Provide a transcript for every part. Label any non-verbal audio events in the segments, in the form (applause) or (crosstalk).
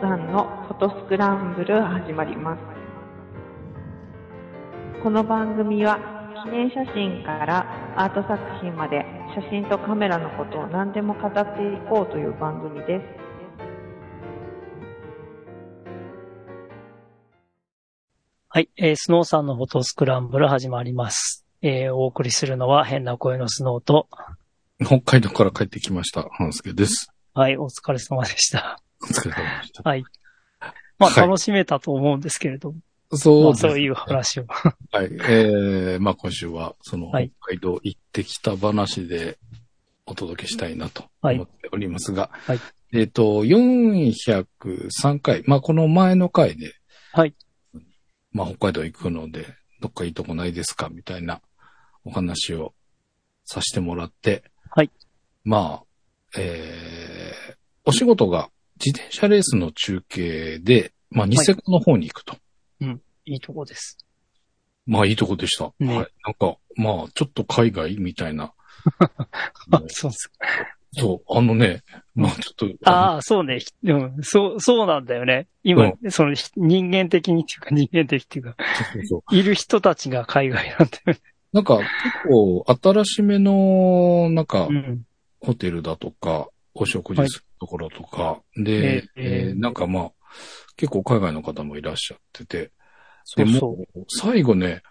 さんのフォトスクランブル始まります。この番組は記念写真からアート作品まで写真とカメラのことを何でも語っていこうという番組です。はい、えースノーさんのフォトスクランブル始まります。えーお送りするのは変な声のスノーと、北海道から帰ってきました。半助です。はい、お疲れ様でした。お疲れ様でした。はい。まあ、はい楽しめたと思うんですけれども、まそあうです。そういう話を。はい。えー、まあ今週は、その、は北い海道行ってきた話でお届けしたいなとはい思っておりますが、はいえっ、と、403回、まあこの前の回で、はい。まあ北海道行くので、どっかいいとこないですかみたいなお話をさせてもらって、はい。まあ、えー、お仕事が自転車レースの中継で、まあニセコの方に行くと。いいとこです。まあいいとこでした。ねはい。なんか、まあちょっと海外みた (laughs) いな。あ、 (laughs) そうですか。そう、あのね、まあちょっと、ああ、そうね。ひうん、そう、そうなんだよね。今、そのひ人間的にっていうか人間的っていうか、そうそういる人たちが海外なんだよね。なんか結構新しめの、なんかう、ん。ホテルだとか、お食事するところとか、で、えええーなんかまあ、結構海外の方もいらっしゃってて、そでうもそう。う最後ね、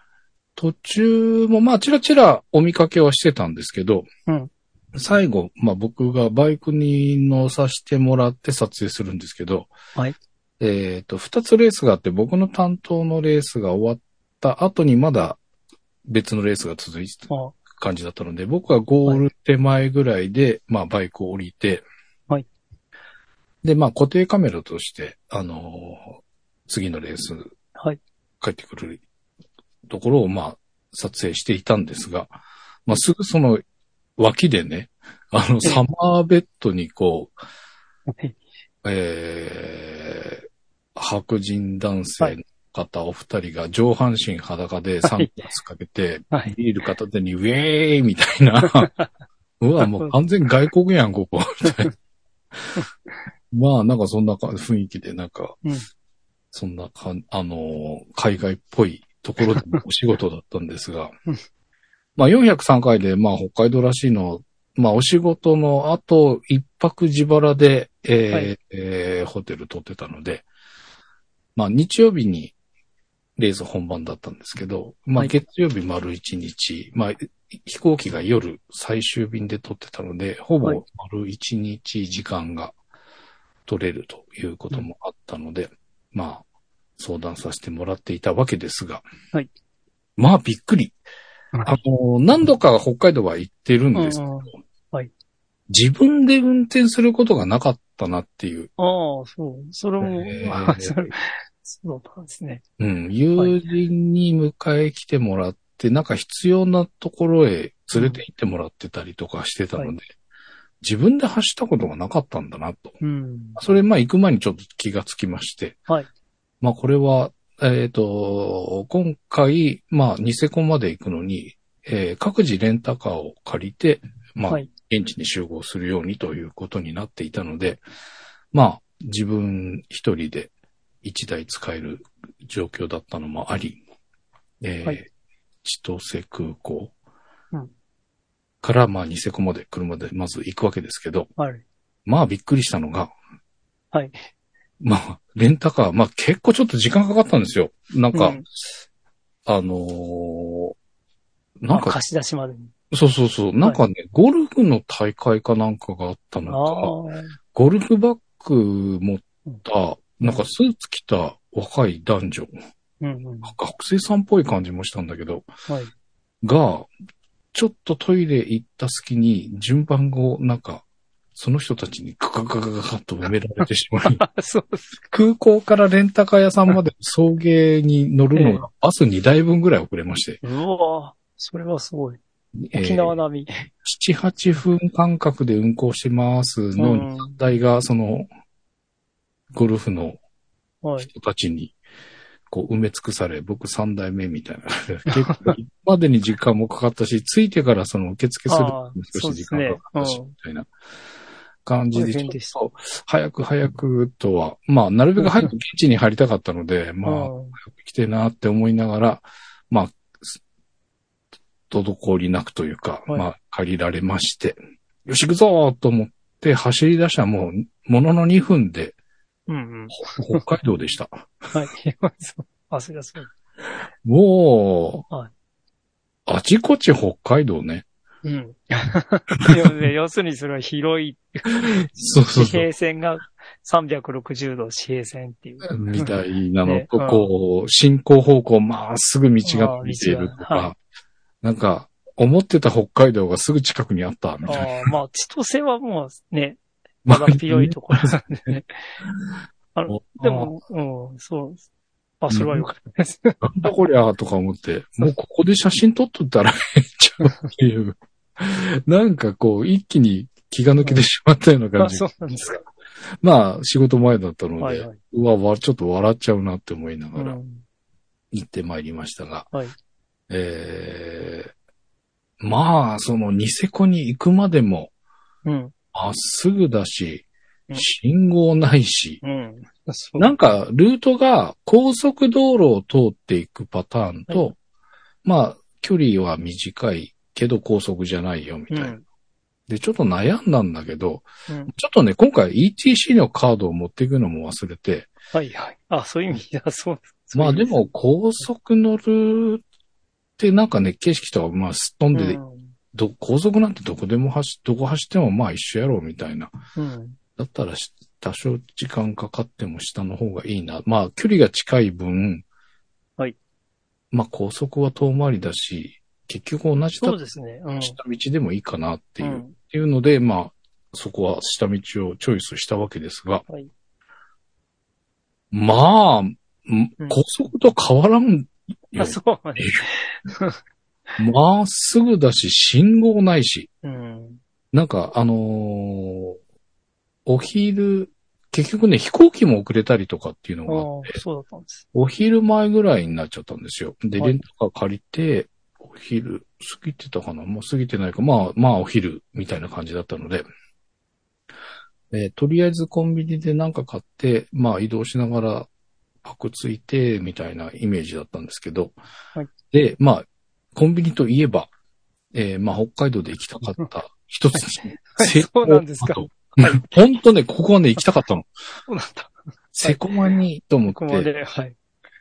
途中もまあ、ちらちらお見かけはしてたんですけど、うん最後、まあ僕がバイクに乗させてもらって撮影するんですけど、はいえっ、と、二つレースがあって、僕の担当のレースが終わった後にまだ別のレースが続いてたあ感じだったので、僕はゴール手前ぐらいで、まあバイクを降りて、はい。で、まあ固定カメラとして、あのー次のレース、はい。帰ってくるところを、まあ撮影していたんですが、まあすぐその脇でね、あの、サマーベッドにこはい。う、えー、白人男性の方お二人が上半身裸でサングラスかけて、はい。ビール片手にウェーイみた (laughs) いな。うわ、もう完全外国やん、ここ。みたいな。まあ、なんかそんなか雰囲気で、なんか、うんそんなかん、あのー海外っぽいところでのお仕事だったんですがうん、まあ403回で、まあ北海道らしいの、まあお仕事の後、一泊自腹で、えーはいえーホテル取ってたので、まあ日曜日にレース本番だったんですけど、まはあい月曜日丸一日、まあ飛行機が夜最終便で撮ってたので、ほはいぼ丸一日時間が取れるということもあったので、まあ相談させてもらっていたわけですが、はいまあびっくり。あの、何度か北海道は行ってるんですけうんうどん、はい自分で運転することがなかったなっていう、ああ、そう。それも、えあそれーそうなんですね。うん、友人に迎え来てもらって、なんか必要なところへ連れて行ってもらってたりとかしてたので、はい自分で走ったことがなかったんだなと。うん。それ、まあ、行く前にちょっと気がつきまして。はい。まあ、これは、えっ、と、今回、まあ、ニセコまで行くのに、えー各自レンタカーを借りて、まあは、い。現地に集合するようにということになっていたので、まあ、自分一人で一台使える状況だったのもあり、えーはい千歳空港うんから、まあ、ニセコまで車でまず行くわけですけど、はい。まあ、びっくりしたのが、はい。まあ、レンタカー、まあ、結構ちょっと時間かかったんですよ。なんか、うんあのーまなあんか、貸し出しまでに。そうそうそう、なんかね、ゴルフの大会かなんかがあったのあか、あ。ゴルフバッグ持った、なんかスーツ着た若い男女、うんうん。学生さんっぽい感じもしたんだけど、 (laughs) はい。が、ちょっとトイレ行った隙に順番をなんか、その人たちにガガガガガガッと埋められてしまい、あそうですか。空港からレンタカー屋さんまで送迎に乗るのがバス2台分ぐらい遅れまして、うわぁそれはすごい。えー沖縄並み。 7、8分間隔で運行してますのに、うん台がその、ゴルフのはい。人たちに、こう埋め尽くされ、僕三代目みた (laughs) いな。結構、今までに時間もかかったし、着いてからその受付するのもああ少し時間がかかったし、そうですねうんみたいな。感じで、これち変ょでっすと、早く早くとは、まあ、なるべく早く現地に入りたかったので、まあ、うん来てなって思いながら、まあ、す滞りなくというか、はいまあ、借りられまして、よし行くぞーと思って走り出したらもう、ものの2分で、うんうん。ほ北海道で (laughs) した。はい。そうあ、そりゃそう。もう、はいあちこち北海道ね。 (laughs) うん。要要するにそれは広いそうそう地そう。平線が360度地平線っていう。 (laughs) みたいなのと、ねうんこう、進行方向まっすぐ道が見ているとあー道がはか、なんか、思ってた北海道がすぐ近くにあった、みあたいな。あまあ、千歳はもうね、まだ広いところなんでね。 (laughs) でも、うん、そう。あ、それは良かったです。なんだこりゃーとか思って、もうここで写真撮っとったら (laughs) ええんちゃうっていう。なんかこう、一気に気が抜けてしまったような感あ、じ。 (laughs) そうなんですか。まあ、仕事前だったので、はいはい。うわ、わ、ちょっと笑っちゃうなって思いなうがらん、行ってまいりましたが、はいえー、まあ、そのニセコに行くまでも、うん、まっすぐだしう、ん信号ないし、うん。そうなんか、ルートが高速道路を通っていくパターンと、はまあ、距離は短いけど高速じゃないよ、みたいな、うんで、ちょっと悩んだんだけど、うんちょっとね、今回 ETC のカードを持っていくのも忘れて、はいはい。あ、そういう意味だ。そう。まあでも高速乗るってなんかね、景色とかまあすっ飛うんん、で、ど高速なんてどこでも走、どこ走ってもまあ一緒やろうみたいな。うん。だったらし多少時間かかっても下の方がいいな。まあ距離が近い分、はい。まあ高速は遠回りだし、結局同じだそうですね。うん。下道でもいいかなっていう、うっんていうので、まあそこは下道をチョイスしたわけですが、はいまあ、んん高速と変わらんよあ、。そうなんです。まっすぐだし、信号ないし、うん。なんか、あのーお昼、結局ね、飛行機も遅れたりとかっていうのあがあっあ、そうだったんです。お昼前ぐらいになっちゃったんですよ。で、はいレンタカー借りて、お昼過ぎてたかなもう過ぎてないか。まあ、まあお昼みたいな感じだったので。えーとりあえずコンビニでなんか買って、まあ移動しながらパクついて、みたいなイメージだったんですけど。はいで、まあ、コンビニといえば、えーまあ北海道で行きたか (laughs) った一つにはいそうなんですかセコマと (laughs) 本当ね、ここはね、行きたかったの。そうなんだ。セコマに、と思っここてま。で、はい。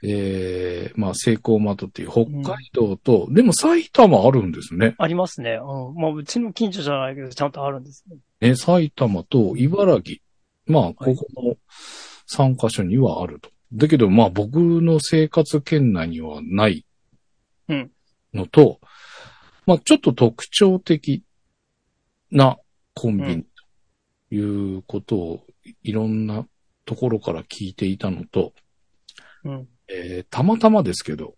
えー、まあ、セイコーマートっていう北海道と、でも埼玉あるんですね。ありますね。うん。まあ、うちの近所じゃないけど、ちゃんとあるんですね。ね、埼玉と茨城。まあ、ここの3カ所にはあると。だけど、まあ、僕の生活圏内にはないうんのと、まあ、ちょっと特徴的なコンビニということをいろんなところから聞いていたのと、うん。えーたまたまですけど、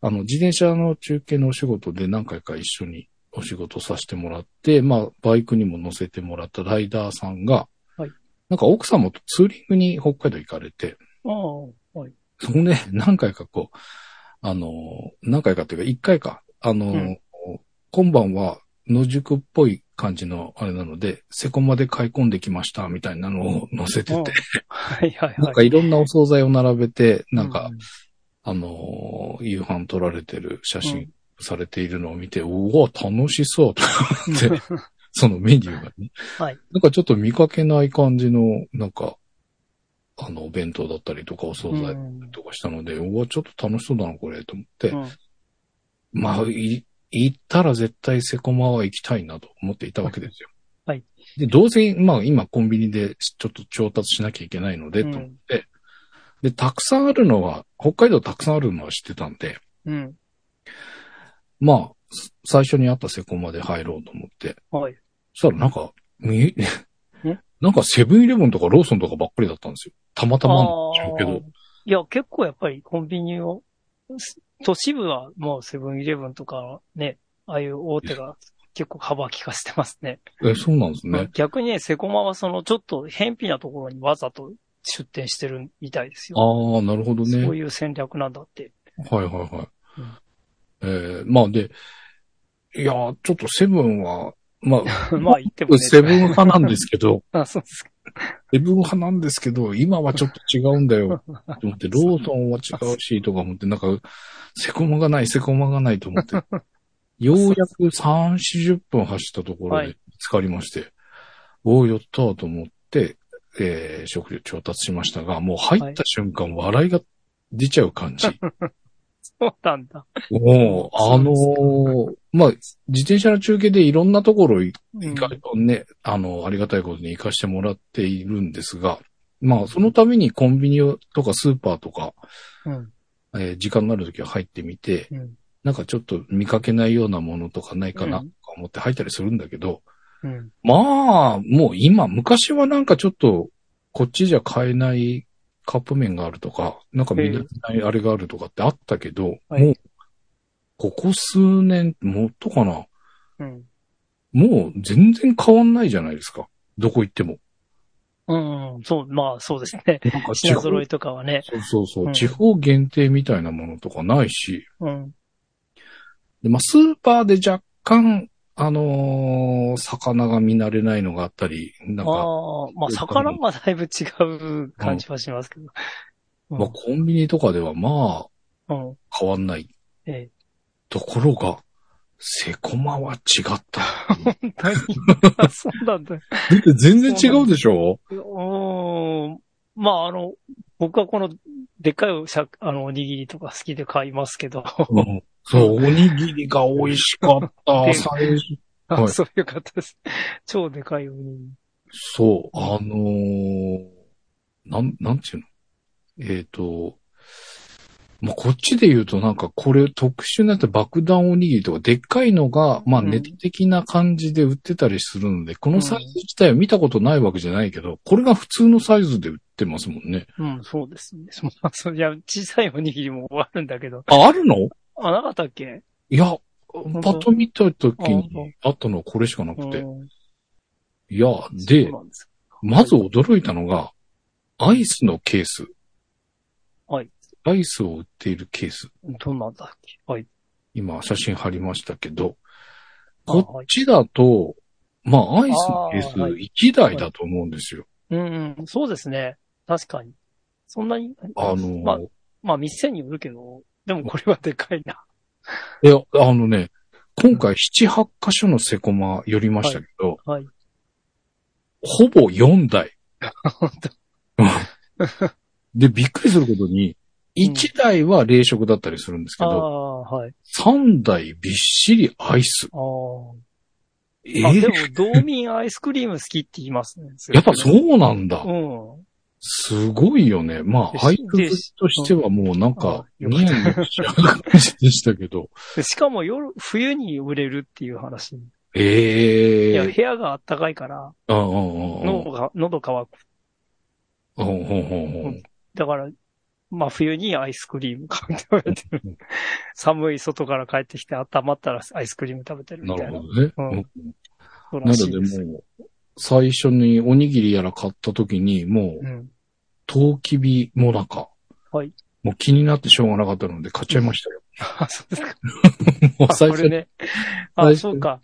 あの、自転車の中継のお仕事で何回か一緒にお仕事させてもらって、まあ、バイクにも乗せてもらったライダーさんが、はいなんか奥様とツーリングに北海道行かれて、ああ、はい。そこで (laughs) 何回かこう、あのー、何回かというか一回か、あのー、うん今晩は野宿っぽい感じのあれなので、セコマで買い込んできましたみたいなのを乗せてうんて、はいはいなんはかい。いろんなお惣菜を並べて、なんかう、あのー、夕飯撮られてる写う真んされているのを見て、うわ、楽しそうと (laughs) 思って、そのメニューがね。はいなんかちょっと見かけない感じの、なんか、あの、お弁当だったりとか、お惣うん菜とかしたので、うわ、ちょっと楽しそうだな、これ、と思って。うんまあ、い行ったら絶対セコマは行きたいなと思っていたわけですよ。はい。で、どうせ、まあ今コンビニでちょっと調達しなきゃいけないので、うとん思って。で、たくさんあるのは、北海道たくさんあるのは知ってたんで、うん。まあ、す最初にあったセコマで入ろうと思って。はい。そしたらなんか、み (laughs) なんかセブンイレブンとかローソンとかばっかりだったんですよ。たまたまなんでしょうけあーど。いや、結構やっぱりコンビニを、す都市部はもうセブンイレブンとかね、ああいう大手が結構幅利かしてますね。え、そうなんですね。逆にね、セコマはそのちょっと偏僻なところにわざと出店してるみたいですよ。ああ、なるほどね。そういう戦略なんだって。 (laughs) はいはいはい。うんえーまあで、いやー、ちょっとセブンはまあ、まあ言ってもね。 (laughs) セブン派なんですけど、あ、 (laughs) そうですか。セブン派なんですけど、今はちょっと違うんだよ。と思って、ローソンは違うし、とか思って、なんか、セコマがない、セコマがないと (laughs) 思って。ようやく3、40分走ったところはでい見つかりまして、おーやったーと思って、えー食料調達しましたが、もう入った瞬間、笑いが出ちゃう感じ。 (laughs) そうなんだ。もう、あのそーまあ、自転車の中継でいろんなところ行うん意外とね、あの、ありがたいことに活かしてもらっているんですが、まあ、そのためにコンビニとかスーパーとか、うん。えー時間のある時は入ってみて、うん。なんかちょっと見かけないようなものとかないかなうとんか思って入ったりするんだけど、うん。まあ、もう今、昔はなんかちょっと、こっちじゃ買えないカップ麺があるとか、なんか見慣れないあれがあるとかってあったけど、はいもう、ここ数年、もっとかな、うん。もう全然変わんないじゃないですか。どこ行っても。うんうん。そう、まあそうですね。なんか地品方、揃えとかはね。そうそうそう、うん地方限定みたいなものとかないし、うん。でまあ、スーパーで若干、あのー魚が見慣れないのがあったり、なんあか、あ、まあ魚はだいぶ違う感じはしますけど。うまあ、コンビニとかではまん。うん。あ、変わんない。ええ。 (laughs) ところが、セコマは違った。本当に。あそうなんだ。だって全然違うでしょうーん。まあ、あの、僕はこの、でっかいしゃ、あの、おにぎりとか好きで買いますけど、うんそう、おにぎりが美味しかっ (laughs) た。で最初はあ (laughs) いそういう方です。超でかいおにぎり。そう、あのーなん、なんちゅうのえっ、と、まあ、こっちで言うとなんかこれ特殊なやつ爆弾おにぎりとかでっかいのが、まあ、うんネット的な感じで売ってたりするので、このサイズ自体は見たことないわけじゃないけど、これが普通のサイズで売ってますもんね。うん、そうですね。 (laughs) そんな、そりゃ、小さいおにぎりもあるんだけど。あ、あるのあ、なかったっけいや、当パッと見た時あ本にあったのはこれしかなうくて。ん。いや、そうで、なんです。まず驚いたのが、アイスのケース。はい。アイスを売っているケース。どんなんだっけはい。今、写真貼りましたけど、あこっちだと、まあ、アイスのケースあーはい1台だと思うんですよ。うん、うん、そうですね。確かに。そんなに、あのまあ、まあ、店によるけど、でもこれはでかい (laughs) な。いや、あのね、今回7、8箇所のセコマ寄りましたけど、はい。ほぼ4台。 (laughs) 本当で、びっくりすることに、1台は冷食だったりするんですけあど、あ、はい。 3台びっしりアイス。ああ。えあ、でーも、道民アイスクリーム好きって言いますね。やっぱそうなんだ。うん。すごいよね。まあ、アイス好きとしてはもうなんか、でニヤニヤしちゃう感じでしたけど。 (laughs) でしかも夜、冬に売れるっていう話。 (laughs) いええや、ー。部屋が暖かいから、ああ、ああ、あ喉が、喉乾く。あ、うんうんうんだから、まあ冬にアイスクリーム買って食べてるうん。寒い外から帰ってきて温まったらアイスクリーム食べてるみなたいるなほ。どね。うんそううんならしいのですで。もう、最初におにぎりやら買った時に、もうう、ん。トウキビもなんか、はいもう気になってしょうがなかったので買っちゃいましたよ。あ、そうですか。も (laughs) うあ、最こ初れにね。あ、最初そうか。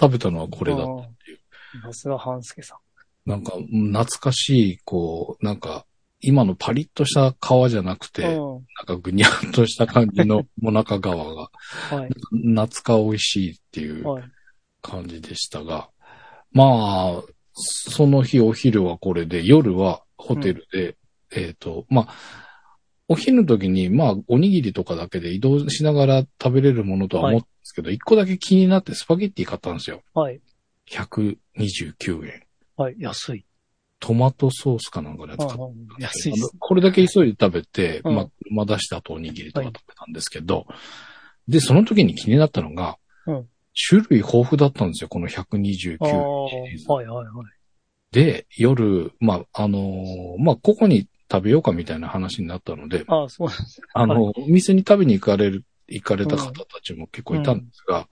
食べたのはここれだったっていう。さすが半助さなんか、うん懐かしい、こう、なんか、今のパリッとした皮じゃなくん。て、うん。なんかぐにゃっとした感じのもなか川が、 (laughs) はい。夏か美味しいっていうはい。感じでしたが、まあ、その日お昼はこれで、夜はホテルで、えっ、と、まあ、お昼の時に、まあ、おにぎりとかだけで移動しながら食べれるものとは思ったんですけど、一、個だけ気になってスパゲッティ買ったんですよ。はい。 129円。はい。安い。トマトソースかなんかのやつ買っうんうん安いです。これだけ急いで食べて、うんまあ、車出した後おにぎりとか食べたんですけど、で、その時に気になったのが、うん種類豊富だったんですよ、この129ああ、シリーズ。はいはいはい。で、夜、まあ、あのーまあ、ここに食べようかみたいな話になったので、ああ、そうなんですあの、お店に食べに行かれる、行かれた方たちも結構いたんですが、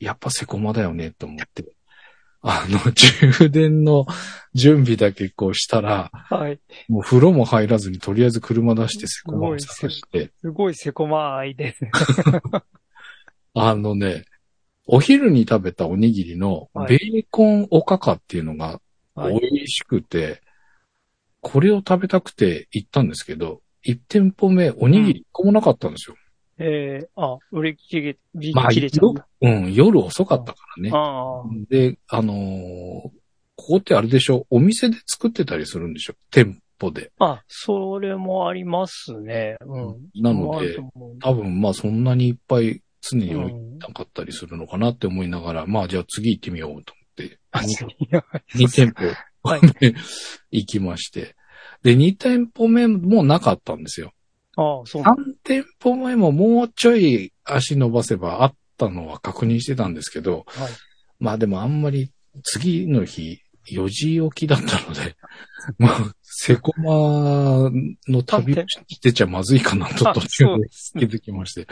やっぱセコマだよね、と思って。あの、充電の準備だけこうしたら、はい。もう風呂も入らずにとりあえず車出してセコマをすご探いして、 (laughs) すごいセコマ愛ですね。あのね、お昼に食べたおにぎりのはベいーコンおかかっていうのがはい美味しくて、これを食べたくて行ったんですけど、1店舗目おにぎり1個もなかったんですよ。ええあ、売り切れ、売りまあ、切れちゃうんだ。うん、夜遅かったからね。ああ、で、あのーここってあれでしょお店で作ってたりするんでしょ店舗で。あ、それもありますね。うん。なのあるでと、思う多分まあそんなにいっぱい常にう置いてん。 (laughs) なかったりするのかなって思いながら、まあじゃあ次行ってみようとあ思っ違て、う2店 (laughs) 舗、はい行きまして。で、2店舗目もなかったんですよ。ああ、そうなん3だ。店舗目ももうちょい足伸ばせばあったのは確認してたんですけど、はいまあでもあんまり次の日4時起きだったので、 (laughs) まあ、セコマの旅をしてちゃまずいかなと、あ途中そうでです気ね。づきまして。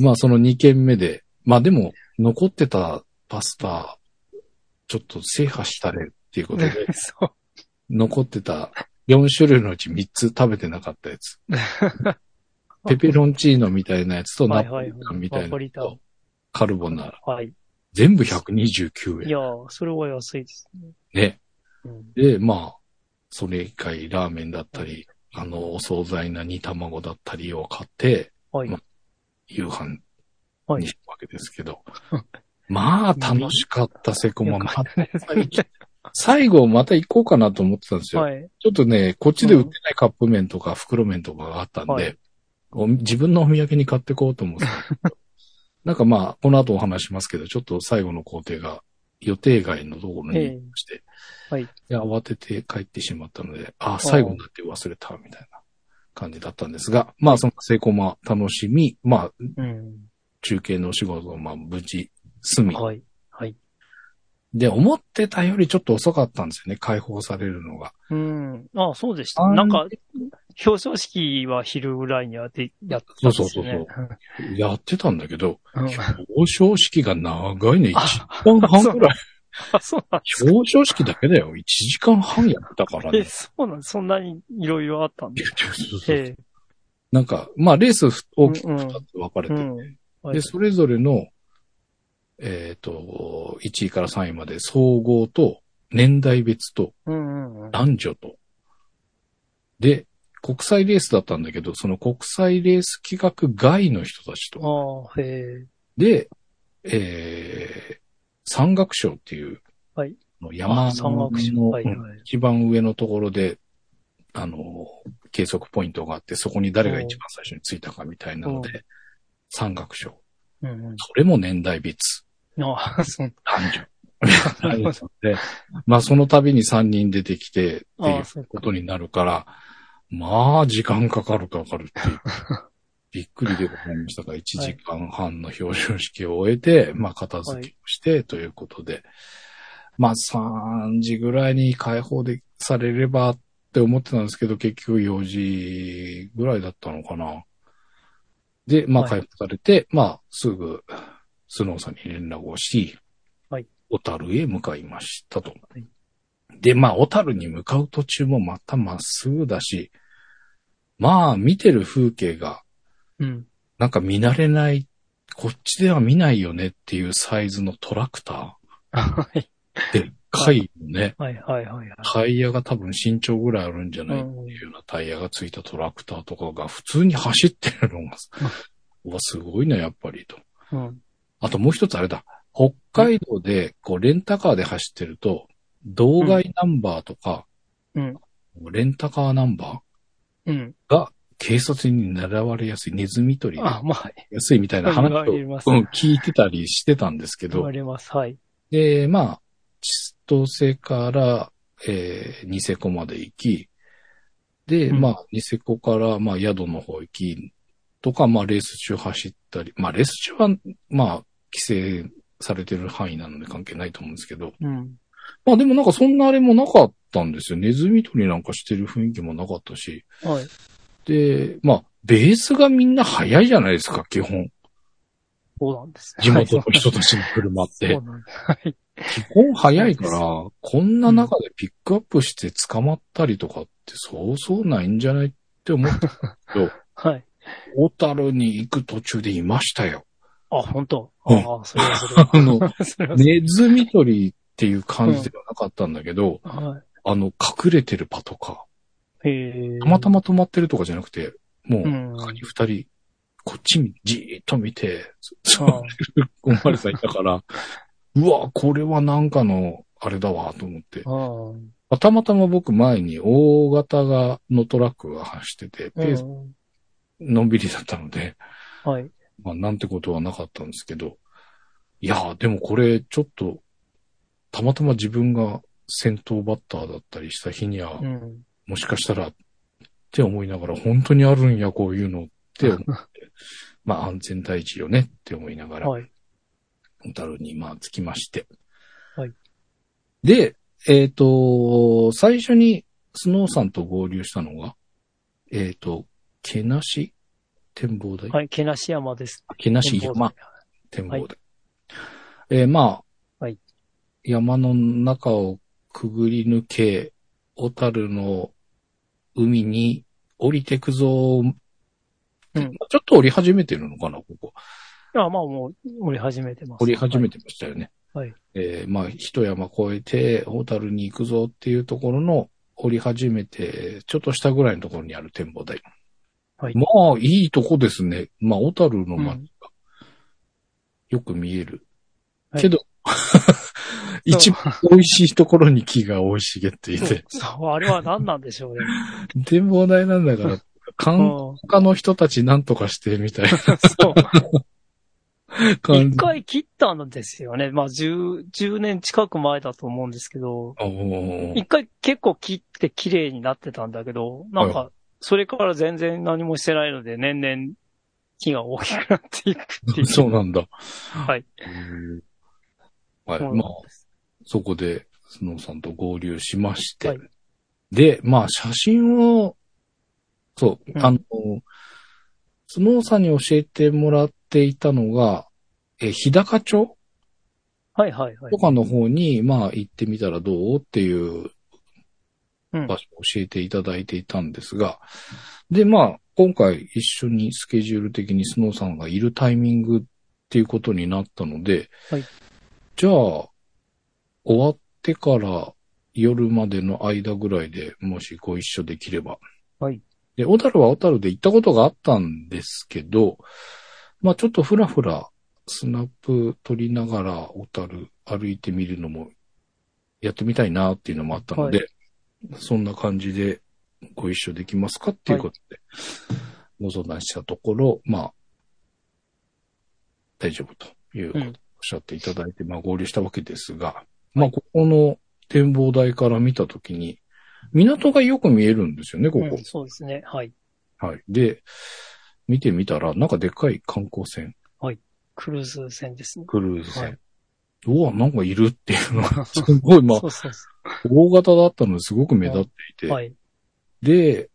まあ、その2軒目で、まあでも、残ってたパスタ、ちょっと制覇したれっていうことで、 (laughs) そう。残ってた4種類のうち3つ食べてなかったやつ。ペペロンチーノみたいなやつとはナいポはいリタはンみい。たナいなポのリタとン。カルボナーラ。はい。全部129い円。やーそれは安いですね。ね。うん。で、まあ、それ以外ラーメンだったり、あの、お惣菜な煮卵だったりを買って、はいま。夕飯はいにしたわけですけ (laughs) ど。まあ、楽しかった、セコマ。まあ最後、また行こうかなと思ってたんですよ。はい。ちょっとね、こっちで売ってないカップ麺とか袋麺とかがあったんで、はいお自分のお土産に買ってこうと思ってたんですけ (laughs) どなんかまあ、この後お話しますけど、ちょっと最後の工程が予定外のところに行きまして、ええはいで慌てて帰ってしまったので、あ、最後になって忘れた、みたいな感じだったんですが、まあ、その成功も楽しみ、まあ、うん。中継のお仕事をまあ、無事、済み、はい。はい。で、思ってたよりちょっと遅かったんですよね、解放されるのが。うん。ああ、そうでした。あーなんか、表彰式は昼ぐらいにやって、やったんですよね。 (laughs) やってたんだけど、うん表彰式が長いね。1あ時間半くらい。あ、そうなんですか。表彰式だけだよ。1時間半やったか (laughs) らえ、ね。そうなんそんなにいろいろあったんですそうそうえなんか、まあ、レース大きくうんうん2つ分かれえ。うて、ん。はいで、それぞれの、えっ、と、1位から3位まで総合と年代別とうんうんうん。男女と。で、国際レースだったんだけど、その国際レース企画外の人たちと。ああ、へで、えー、山岳賞っていう、はいあのえ。山あ山の岳市はいはい。一番上のところで、あの、計測ポイントがあって、そこに誰が一番最初についたかみたいなのうで、山岳賞。うんうんそれも年代別。あ (laughs) あ、そう。男女。なので、まあその度に3人出てきて、ってあいあ、うそうこか。とになるから、まあ時間かかるかかるって (laughs) いう。びっくりでございましたが、1時間半の表彰式を終えて、まあ、片付けをして、ということで、まあ、3時ぐらいに解放でされればって思ってたんですけど、結局4時ぐらいだったのかな。で、まあ、はい解放されて、まあ、すぐ、スノーさんに連絡をし、はい小樽へ向かいましたと。いで、まあ、小樽に向かう途中もまたまっすぐだし、まあ、見てる風景が、うん。 (laughs) なんか見慣れない、こっちでは見ないよねっていうサイズのトラクタはい。ー。でっかいよね。はいはいはいはタイヤが多分身長ぐらいあるんじゃい。うないってんいうようなタイヤがついたトラクターとかが普通に走ってるのが、うわ、すごいな、やっぱりと。うん。あともう一つあれだ。北海道で、こう、レンタカーで走ってると、道外ナンバーとか、うんレンタカーナンバうーん。警察に狙われやすい、ネズミ取りあ、まあ、やすいみたいな話あを、うりんます聞いてたりしてたんですけ言どわ、れます。はい。で、まあ、千歳から、えー、ニセコまで行き、で、うんまあ、ニセコから、まあ、宿の方行き、とか、まあ、レース中走ったり、まあ、レース中は、まあ、規制されてる範囲なので関係ないと思うんですけど、うん。まあ、でもなんかそんなあれもなかったんですよ。ネズミ捕りなんかしてる雰囲気もなかったし、はい。で、まあ、ベースがみんな速いじゃないですか、基本。そうなんですね。地元の人たちの車っはいてそう。なんです。はい。基本早いから、こんな中でピックアップして捕まったりとかってそうそうないんじゃない (laughs) って思ったけど、はい。小樽に行く途中でいましたよ。ああ、本当。うんああ、それはそれは。あの、それはネズミ捕りっていう感じではなかったんだけど、はあの、隠れてるパとか、い。へえ。たまたま止まってるとかじゃなくて、もうう、ん。他に二人、こっちにじーっと見て、 (laughs) うそんう、生まれさんいたから、 (laughs) うわ、これはなんかの、あれだわ、と思って。うん。たまたま僕前に大型が、のトラックが走ってて、ペース、うんのんびりだったので、はい。まあ、なんてことはなかったんですけど、いやー、でもこれ、ちょっと、たまたま自分が先頭バッターだったりした日には、うん。もしかしたら、って思いながら、本当にあるんや、こういうのって (laughs) 思って、まあ安全第一よねって思いながら、はい。小樽にまあ着きまして。はい。で、えっ、と、最初にスノーさんと合流したのが、えっ、と、けなし展望台、はい。けなし山です。けなし山展望台。えーまあ、はい山の中をくぐり抜け、小樽の海に降りてくぞ、ちょっと降り始めてるのかな、ここ。あ、まあもう、降り始めてます。降り始めてましたよね。はいはいえーまあ、一山越えて、小樽に行くぞっていうところの、降り始めて、ちょっと下ぐらいのところにある展望台。はいまあ、いいとこですね。まあ、小樽の街が、よく見える。はいけど、そう一番美味しいところに木が生い茂っていそうて、そう、あれは何なんでしょうね。展望台なんだから、う観ん。光家の人たちなんとかしてみたいそう。な感一じ。回切ったんですよね。まあ、10、10年近く前だと思うんですけど、おー一回結構切って綺麗になってたんだけど、なんか、それから全然何もしてないので、年々、木が大きくなっていくっていう。 (laughs) そうなんだ。はい。はそうない。んまあ、ですそこで、スノーさんと合流しまして、はいで、まあ、写真を、そう、うんあの、スノーさんに教えてもらっていたのが、え、日高町はいはいはいと。かの方に、まあ、行ってみたらどうっていううん場所を教えていただいていたんですが、で、まあ、今回一緒にスケジュール的にスノーさんがいるタイミングっていうことになったので、はいじゃあ、終わってから夜までの間ぐらいでもしご一緒できれば。はいで、小樽は小樽で行ったことがあったんですけど、まあちょっとふらふらスナップ撮りながら小樽歩いてみるのもやってみたいなっていうのもあったので、そんな感じでご一緒できますかっていうことで、ご相談したところ、まあ、大丈夫ということをおっしゃっていただいて、まあ合流したわけですが、まあここの展望台から見たときに、港がよく見えるんですよね、ここ。うんそうですね。はい。はい。で、見てみたら、なんかでっかい観光船、クルーズ船ですね。クルーズはい船。うわ、なんかいるっていうの (laughs) が、すごい、まあそ、うそうそ。大型だったのですごく目立っていうて、はい。で、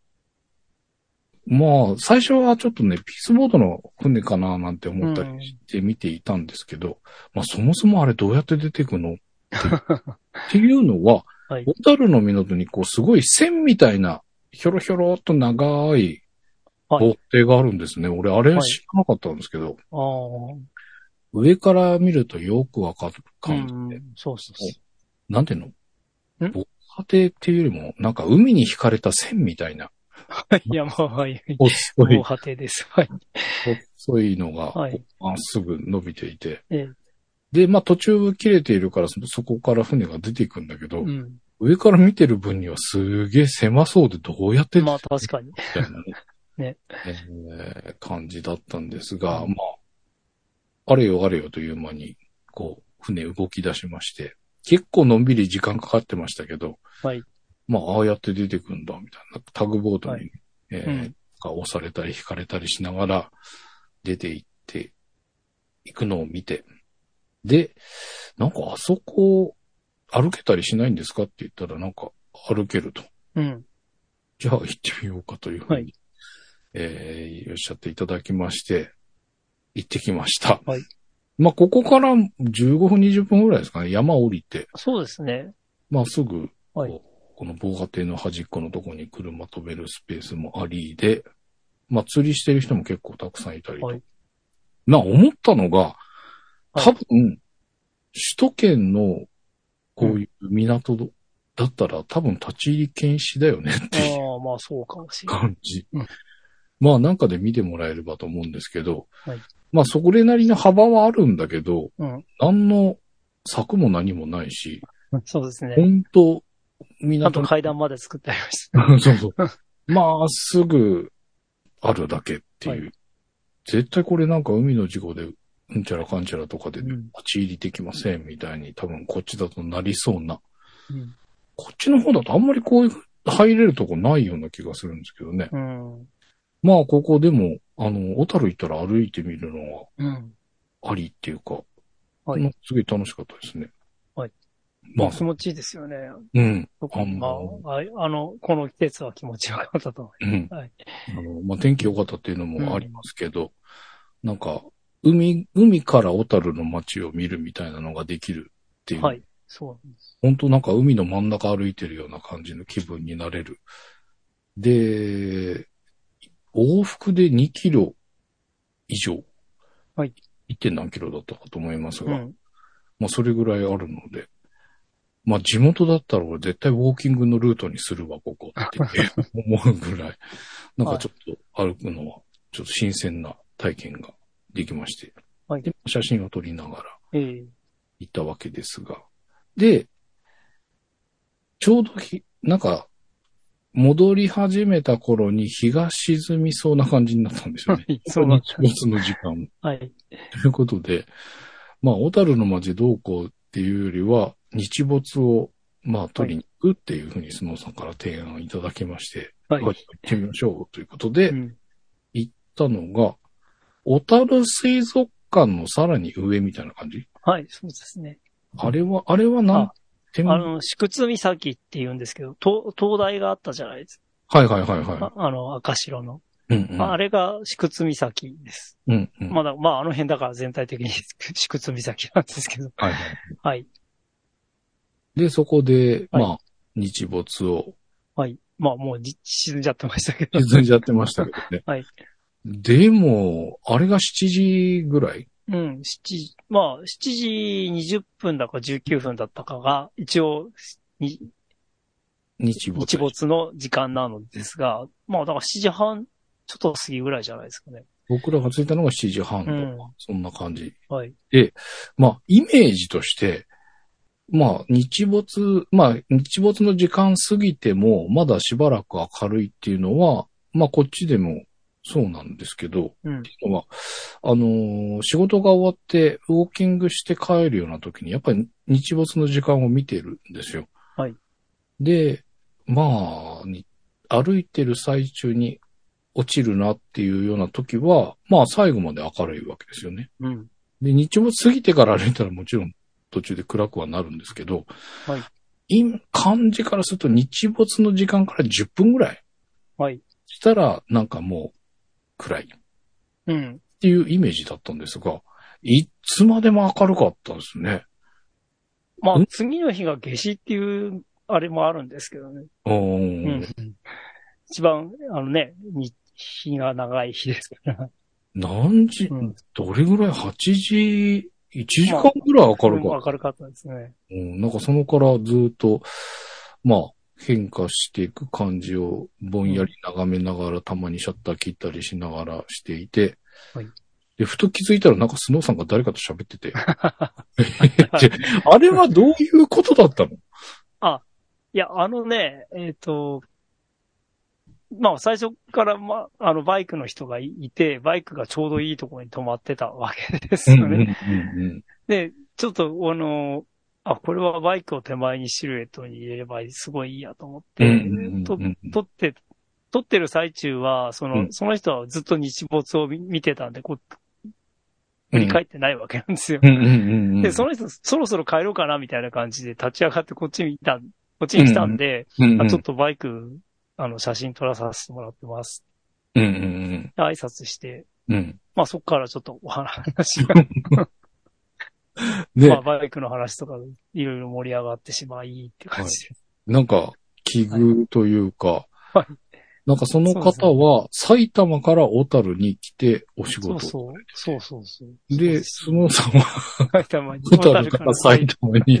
まあ、最初はちょっとね、ピースボードの船かななんて思ったりして見ていたんですけど、まあ、そもそもあれどうやって出てくのっていうっていうのは、はい小樽の港にこう、すごい線みたいな、ひょろひょろっと長いはいボ艇があるんですね。俺、あれはい知らなかったんですけど、ああ。上から見るとよくわかるう感じで、ん。そうそうそう。なんていうのん防波堤っていうよりも、なんか海に引かれた線みたいな、 (laughs) いや、まあ、はい。細い防波堤です。はい。細いのが、はいまっすぐ伸びていて。ええで、まあ途中切れているから、そそこから船が出ていくんだけど、うん。上から見てる分にはすげえ狭そうでどうやって出てまくあ、確かに。るんだろ (laughs) うねえー感じだったんですが、まあ、あれよあれよという間に、こう、船動き出しまして、結構のんびり時間かかってましたけど、はいまあ、ああやって出てくんだ、みたいな。タグボートに、はいえうーんが押されたり引かれたりしながら、出て行って、行くのを見て、で、なんかあそこ、歩けたりしないんですかって言ったら、なんか歩けると。うん。じゃあ行ってみようかというふうに、はいえー、おっしゃっていただきまして、行ってきました。はい。まあ、ここから15分、20分ぐらいですかね、山降りて、そうですね。まあ、すぐ、こうはいこの防波堤の端っこのとこに車止めるスペースもありで、まあ、釣りしてる人も結構たくさんいたりと、はいな、思ったのが、はい多分、首都圏のこういう港だったら、多分立ち入り禁止だよねっていうああ、まあそうかもしれない。感じ。うんまあなんかで見てもらえればと思うんですけど、はいまあそれなりの幅はあるんだけど、うん。何の策も何もないし、そうですね。本当あ港とに階段まで作ってありまし (laughs) そうそう。まあ、すぐあるだけっていう。は絶対これなんか海の事故で、うんちゃらかんちゃらとかでた。う立ん。ち入りできませんみたいに多分こっちだとなりそうな。うんこっちの方だとあんまりこういう入れるとこないような気がするんですけどね。うん。ままあ、ここでも、あの、小樽行ったら歩いてみるのうん。はありっていうか、はいなんかすごい楽しかったですね。はい。まあ、気持ちいいですよね。うん、特にまあ、ああの、この季節は気持ちよかったと思うん。はい。あの、まあ、天気良かったっていうのもありますけど、なんか、海、海から小樽の街を見るみたいなのができるっていうう。はい。そうなんです。本当なんか海の真ん中歩いてるような感じの気分になれる。で、往復で2キロ以上。はい。 1. 何キロだったかと思いますうが、ん。まあそれぐらいあるので、まあ地元だったら俺絶対ウォーキングのルートにするわ、ここ (laughs) って思うぐらい、なんかちょっと歩くのはちょっと新鮮な体験ができまして、はいで写真を撮りながらええ。。行ったわけですが、で、ちょうどひ、なんか、戻り始めた頃に日が沈みそうな感じになったんですよねはい (laughs) そうなんです日没の時間。はい。ということで、まあ、小樽の街どうこうっていうよりは、日没を、まあ、取りに行くっていうふうに、スノーさんから提案いただきまして、はい。はい行ってみましょうということで、う行っんたのが、小樽水族館のさらに上みたいな感じはい、そうですね。あれは、あれはなんあてあはいの、宿津岬って言うんですけど、灯灯台があったじゃないですか。はいはいはああの、赤白の。い。うんうんあれが宿津岬です。うんうん。まだ、まあ、あの辺だから全体的に (laughs) 宿津岬なんですけど。はいはい。はい。で、そこで、はいまあ、日没をはい。まあ、もうじ沈んじゃってましたけど。。沈んじゃってましたけどね (laughs) はい。でも、あれが7時ぐらいうん、7時、まあ、7時20分だか19分だったかが、一応、に日没。日没の時間なのですが、まあ、だから7時半、ちょっと過ぎぐらいじゃないですかね。僕らが着いたのが7時半とか、うんそんな感じ。はい。まあ、イメージとして、まあ、日没、まあ、日没の時間過ぎても、まだしばらく明るいっていうのは、まあ、こっちでもそうなんですけど、うん。まあ、あのー仕事が終わってウォーキングして帰るような時に、やっぱり日没の時間を見てるんですよ。はい。で、まあ、に歩いてる最中に落ちるなっていうような時は、まあ最後まで明るいわけですよね。うん。で、日没過ぎてから歩いたらもちろん途中で暗くはなるんですけど、はい今、感じからすると日没の時間から10分ぐらいはい。したら、なんかもう暗い。うん。っていうイメージだったんですが、いつまでも明るかったですね。まうあん、次の日が夏至っていう、あれもあるんですけどね。ううんん。一番、あのね、に日が長い日ですから。何時、 (laughs) うんどれぐらい ?8 時、1時間ぐらい明るかった。明るかったですね。うん、なんかそのからずっと、まあ、変化していく感じをぼんやり眺めながら、たまにシャッター切ったりしながらしていて、はいで、ふと気づいたらなんかスノーさんが誰かと喋ってて、であれはどういうことだったのいや、あのね、えっ、と、まあ、最初から、まあ、あの、バイクの人がいいて、バイクがちょうどいいところに止まってたわけですよね。うんで、ちょっと、あの、あ、これはバイクを手前にシルエットに入れればすごいいいやと思って、うんとうんうんうん撮って、撮ってる最中は、その、うんその人はずっと日没を見見てたんで、こう、う振んり返ってないわけなんですよ。うんうんうんうん。で、その人、そろそろ帰ろうかな、みたいな感じで立ち上がってこっちに来た、こっちに来たんで、うんうん、あちょっとバイク、あの、写真撮らさせてもらってます。うんうんで挨拶して、うん。うん。まあ、そこからちょっとお (laughs) 話がで、まあ、バイクの話とか、いろいろ盛り上がってしまい、っていう感じで。なんか、奇遇というか、はいなんかその方は埼玉から小樽に来てお仕そう事。そう。そうそうそう。で、スノーさんは埼玉に小 (laughs) 樽から埼玉にっ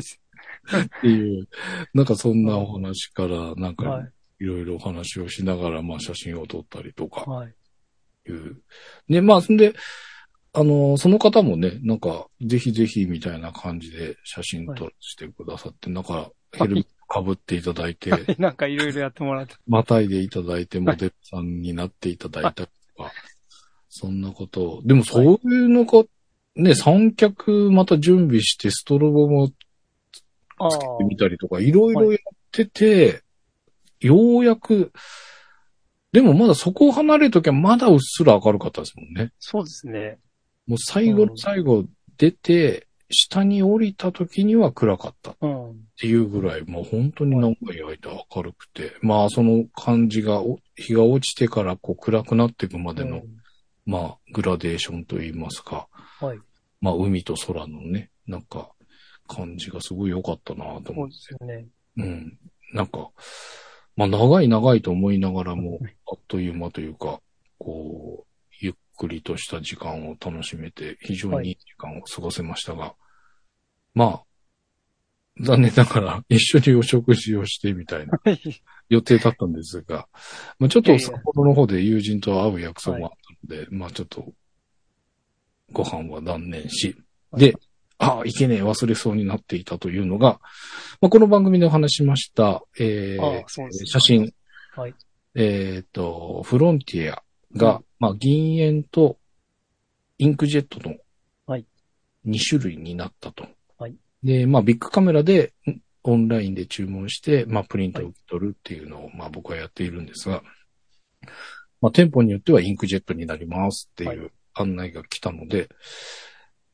ていう、なんかそんなお話から、なはんかいろいろお話をしながら、まあ写真を撮ったりとかい。。はい。 (laughs) いう。で、まあ、そんで、あの、その方もね、なんか、ぜひぜひみたいな感じで写真撮らせてくださって、なんか、ヘルメット被っていただい (laughs) て、なんかいろいろやってもらって。またいでいただいて、モデルさんになっていただいたりとか、そんなことを。でも、そういうのか、ね、三脚また準備して、ストロボもああ。つけてみたりとか、いろいろやってて、ようやく、でもまだそこを離れるときはまだうっすら明るかったですもんね。そうですね。もう最後の最後出て、下に降りた時には暗かったっうん。ていうぐらい、もう本当になんか焼いた明るくて、まあその感じが、お日が落ちてからこう暗くなっていくまでの、うんまあグラデーションといいますか、はいまあ海と空のね、なんか感じがすごい良かったなそと思うっでて、すよね。うん。なんか、まあ長い長いと思いながらは、もあっという間というか、こう、ゆっくりとした時間を楽しめて、非常はにいいい時間を過ごせましたが、まあ、残念ながら一緒にお食事をしてみたいな予定だったんです (laughs) が、まあちょっいやいとや札幌の方で友人と会う約束があったので、まあちょっと、ご飯は断念し、 (laughs) で、ああ、いけねえ、忘れそうになっていたというのが、まあ、この番組でお話ししました、えーああ、そうですね。写真。はい。えっ、と、フロンティアが、うんまあ、銀塩とインクジェットのはい2種類になったと。はいで、まあ、ビッグカメラでんオンラインで注文して、まあ、プリントを受け取るっていうのを、まあ、僕はやっているんですが、まあ、店舗によってはインクジェットになりますってはいいう案内が来たので、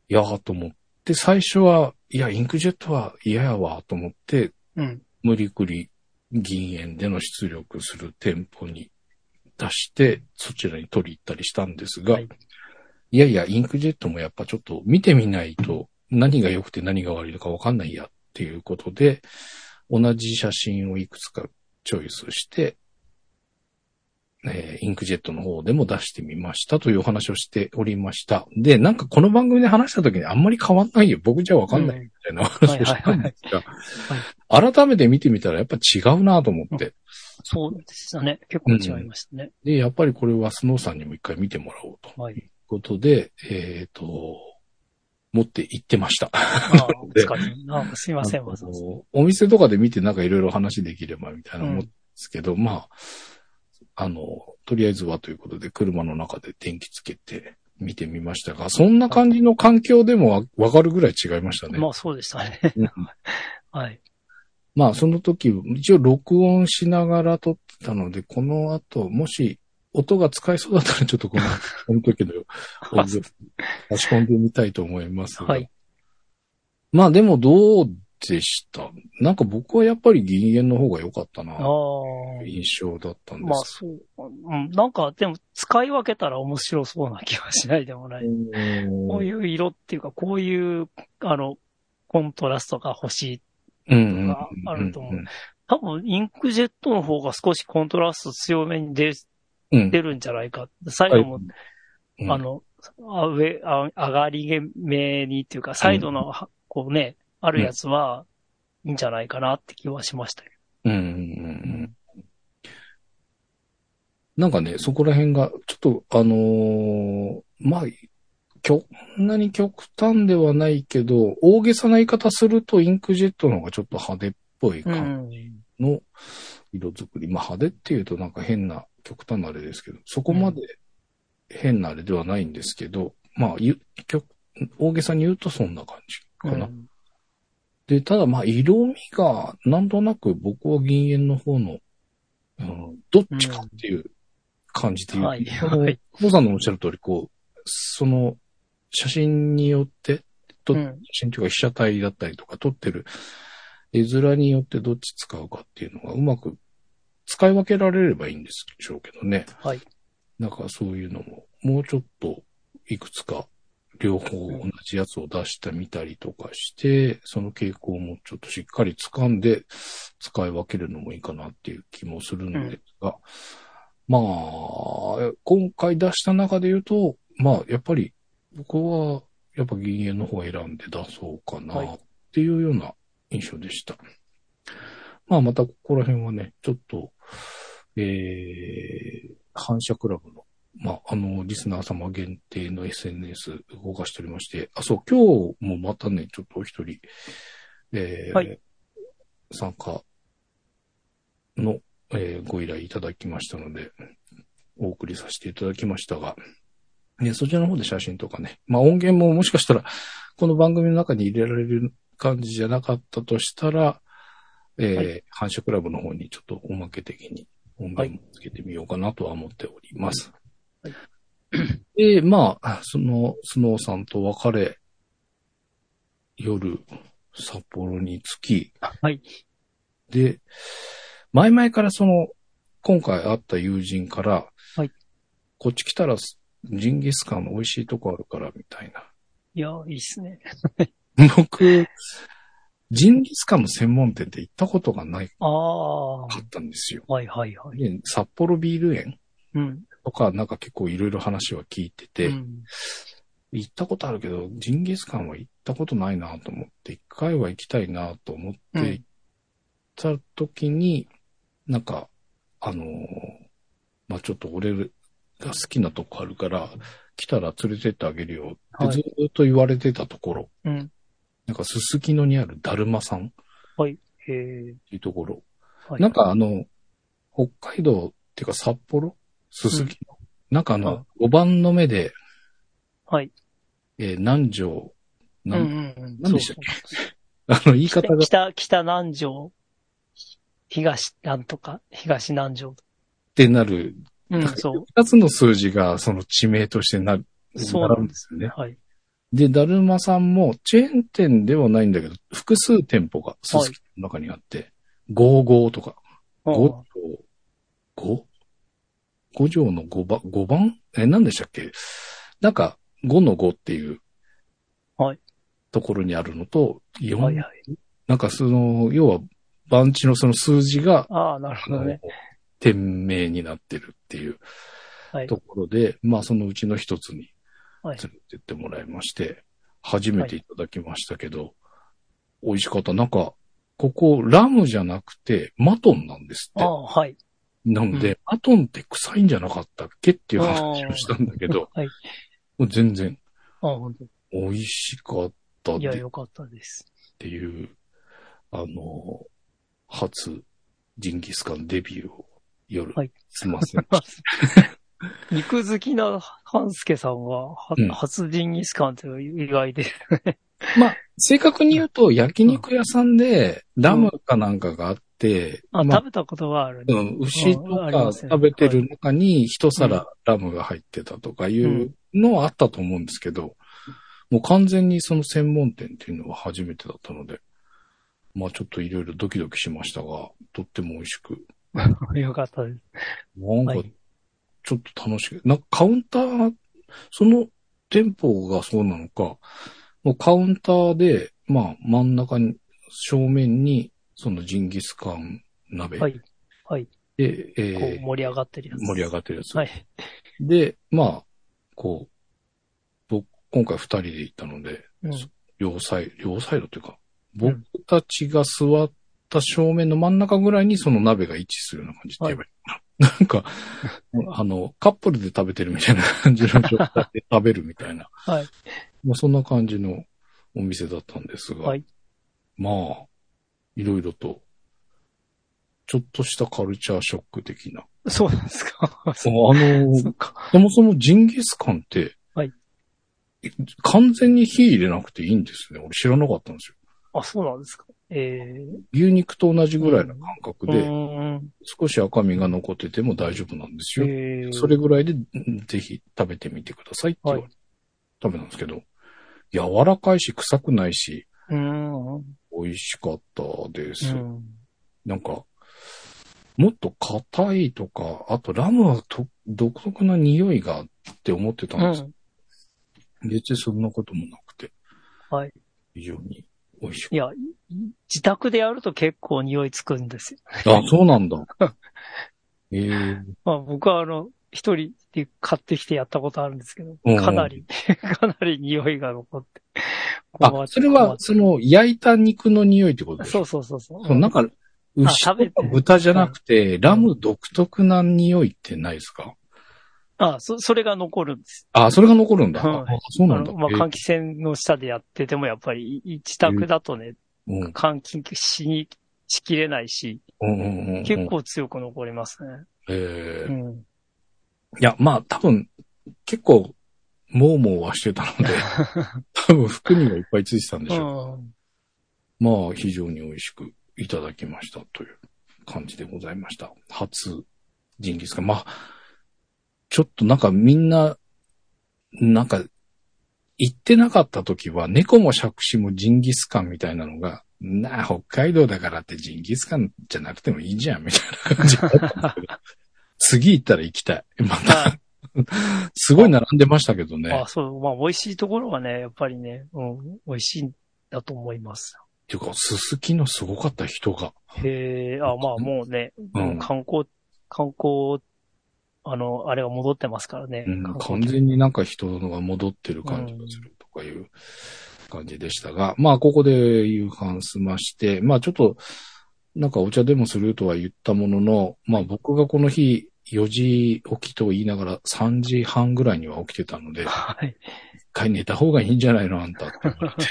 いやーと思って、最初は、いや、インクジェットは嫌やわと思って、うん。無理くり銀円での出力する店舗に出して、そちらに取り行ったりしたんですが、はいい、やいや、インクジェットもやっぱちょっと見てみないと何が良くて何が悪いのかわかんないやっていうことで、同じ写真をいくつかチョイスして、えーインクジェットの方でも出してみましたというお話をしておりました。で、なんかこの番組で話した時にあんまり変わんないよ。僕じゃわかんないい。みたいな話をしたんですが、改めて見てみたらやっぱ違うなと思って、そうでしたね。結構違いましたね。で、やっぱりこれはスノーさんにも一回見てもらおうというはい。ことで、えっ、と、持って行ってました。ああ、お疲れ様。なんかすいません、わざわざ。あのお店とかで見てなんかいろいろ話できればみたいなう思んうんですけど、まあ、あの、とりあえずはということで車の中で電気つけて見てみましたが、そんな感じの環境でもわわかるぐらい違いましたね。まあそうでしたね。 (laughs) うんはい。まあ、その時、一応録音しながら撮ってたので、この後、もし、音が使えそうだったら、ち (laughs) ょっとこの、この時の音そ声差し込んでみたいと思いますが。はい。まあ、でも、どうでしたなんか僕はやっぱり銀煙の方が良かったああな、。印象だったんでまあす。そう。うん。なんか、でも使い分けたら面白そうな気はしないでもない。こういう色っていうか、こういう、あの、コントラストが欲しい。うんがあると思う多分、インクジェットの方が少しコントラスト強めに出うん。出るんじゃないか。最後も、うんあ、の、あ上あ、上がり目にっていうか、サイドの、はこうね、あるやつは、いいんじゃないかなって気はしましたけうんうんうんうんなんかね、そこら辺が、ちょっと、あのーまあ、きょ、そんなに極端ではないけど、大げさな言い方すると、インクジェットの方がちょっと派手っぽいど。う感ん。じの色作り。まあ、派手っていうとなんか変な、極端なあれですけど、そこまで変なあれではないんですけど、まあ、ゆ極大げさに言うとそんな感じかな。うんで、ただまあ、色味が、なんとなく僕は銀塩の方の、うん、どっちかっていう感じで言う。はいあのはい久保さんのおっしゃる通り、こう、その、写真によって、とうん写真というか被写体だったりとか、撮ってる絵面によってどっち使うかっていうのがうまく使い分けられればいいんでしょうけどね。はい。なんかそういうのも、もうちょっといくつか両方同じやつを出してみたりとかして、その傾向もちょっとしっかり掴んで使い分けるのもいいかなっていう気もするんですが、まあ、今回出した中で言うと、まあ、やっぱり、僕は、やっぱ銀塩の方を選んで出そうかな、はいっていうような印象でした。まあ、またここら辺はね、ちょっと、えー、反射クラブの、まあ、あの、リスナー様限定の SNS 動かしておりまして、あ、そう、今日もまたね、ちょっとお一人、えーはい参加の、えーご依頼いただきましたので、お送りさせていただきましたが、ね、そちらの方で写真とかね、まあ音源ももしかしたら、この番組の中に入れられる感じじゃなかったとしたら、えーは反射クラブの方にちょっとおまけ的に音源もつけてみようかなとは思っております。はいで、まあ、その、スノーさんと別れ、夜、札幌に着き、はい。で、前々からその、今回会った友人から、はいこっち来たらジンギスカンの美味しいとこあるから、みたいな。いや、いいっすね。僕、ジンギスカンの専門店って行ったことがないああ、はかったんですよ。いはいはい。で札幌ビール園うん。とか、なんか結構いろいろ話は聞いてて、うん行ったことあるけど、ジンギスカンは行ったことないなと思って、一回は行きたいなと思って、うん行った時に、なんか、あのーまあ、ちょっと俺が好きなとこあるから、来たら連れてってあげるよってはいずーっと言われてたところ、うん。なんかすすきのにあるだるまさんっへえ。ていうところ、はいなん、かあの、北海道っていうか札幌すすきの、なんかあはいの、5番の目で、はい。えー南城、うんなうんんうん。何でしたっけあの、言い方が北、北南城、東なんとか、東南城。ってなる、うん、そ二つの数字がその地名としてなる、う。そうなん並ぶんでですすよね。ね。はい。で、だるまさんもチェーン店ではないんだけど、複数店舗がすすきの中にあって、55とか、5ああ条、5?5 条の5番、5番え、何でしたっけなんか、5の5っていう、はいところにあるのと、4、はいはい。なんかその、要は、番地のその数字がああ、なるほどね。店名になってるっていうはいところで、まあそのうちの一つに連はいれてってもらいまして、初めていただきましたけど、美味しかった。なんか、ここラムじゃなくてマトンなんですっあて。あ、はい。なので、マトンって臭いんじゃなかったっけっていう話をしたんだ (laughs) けど、はい。もう全然ああ、本当美味しかったっいてや、っよかったです。 (laughs) ていう、あの、初ジンギスカンデビューを夜、はいすいません。 (laughs) 肉好きな半助さんは、はうん初ジンギスカンという意外で。 (laughs) まあ、正確に言うと、焼肉屋さんで、ラムかなんかがあって、あ、まあ食、べたことはある、うね。ん、牛とうんありかますよね食べてる中に一は皿ラムが入ってたとかいうのはあったと思うんですけど、もう完全にその専門店っていうのは初めてだったので、まあちょっといろいろドキドキしましたが、とっても美味しく、よかったです。なんかはい、ちょっと楽しく、なんかカウンター、その店舗がそうなのか、もうカウンターで、まあ真ん中に、正面に、そのジンギスカン鍋で、はい。はい。こうえー盛り上がってるやつ。盛り上がってるやつ。はい。で、まあ、こう、僕、今回二人で行ったので、うん。両サイド、両サイドというか、う僕んたちが座った正面の真ん中ぐらいにその鍋が位置するような感じって言えばいいのかな。なんか、あの、カップルで食べてるみたいな感じの状態で食べるみたいな。はい。まあ、そんな感じのお店だったんですが、はいまあ、いろいろと、ちょっとしたカルチャーショック的な。そうなんですか。あその、うか。そもそもジンギスカンって、はい完全に火入れなくていいんですね。俺知らなかったんですよ。あ、そうなんですか。え牛肉と同じぐらいの感覚ー。うで、ーん。少し赤身が残ってても大丈夫なんですよ。えー。それぐらいで、うんぜひ食べてみてくださいって言われて、食べたんですけど、柔らかいし臭くないし、うーん。う美味しかったです。ん。なんか、もっと硬いとか、あとラムはと独特な匂いがって思ってたんうですけどん。別にそんなこともなくて。はい。非常に美味しく。いや、自宅でやると結構匂いつくんですよ。 (laughs) あ、そうなんだ。えー、まあ僕はあの、一人で買ってきてやったことあるんですけどうんう、んかなり、 (laughs) かなり匂いが残って。困あ、っそれは困、っその、焼いた肉の匂いってことですそうそうそうそう。なんか、牛と食べてか豚じゃなくて、ラム独特な匂いってないですかあ、そ、それが残るんです。あ、それが残るんだ。うんあそうあなんだ。の、まあ、えー換気扇の下でやってても、やっぱり、い自宅だとね、うんうん換気しに、しきれないし、うんうんうん結構強く残りますね。えうーいん。や、まあ、多分、結構、もうもうはしてた (laughs) ので、多分服にもいっぱいついてたんでしょう。うんまあ、非常に美味しくいただきましたという感じでございました。初ジンギスカン。まあ、ちょっとなんかみんな、なんか、行ってなかった時は、猫も杓子もジンギスカンみたいなのが、なあ、北海道だからってジンギスカンじゃなくてもいいじゃん、みたいな感じだったんです (laughs) けど、次行ったら行きたい。また、あすごい並んでましたけどね。あ、そう、まあ、美味しいところはね、やっぱりね、うん、美味しいんだと思います。っていうか、すすきのすごかった人が。へえ、あ、まあ、もうね、うん観光、観光、あの、あれが戻ってますからね。うん、観完光全になんか人のが戻ってる感じがするとかいう感じでしたが、まあ、ここで夕飯済まして、まあ、ちょっと、なんかお茶でもするとは言ったものの、まあ、僕がこの日、4時起きと言いながら3時半ぐらいには起きてたので、一はい。回寝た方がいいんじゃないのあんたって言われて。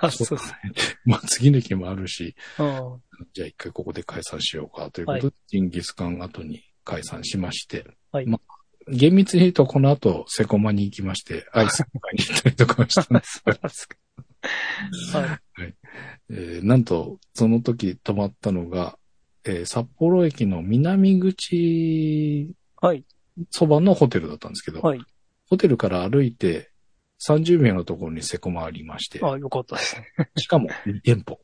あ、 (laughs) そうですね。 (laughs) まあ、次の日もあるし、うん。じゃあ一回ここで解散しようかということで、はジンギスカン後に解散しまして、はいまあ、厳密に言うとこの後、セコマに行きまして、アイス買いに行ったりとかしたんですそうなんですか。はい。 (laughs) えーなんと、その時泊まったのが、えー札幌駅の南口はい。そばのホテルだったんですけど、はいホテルから歩いて30名のところにセコマありまして、あ、よかったですね。しかも2店舗。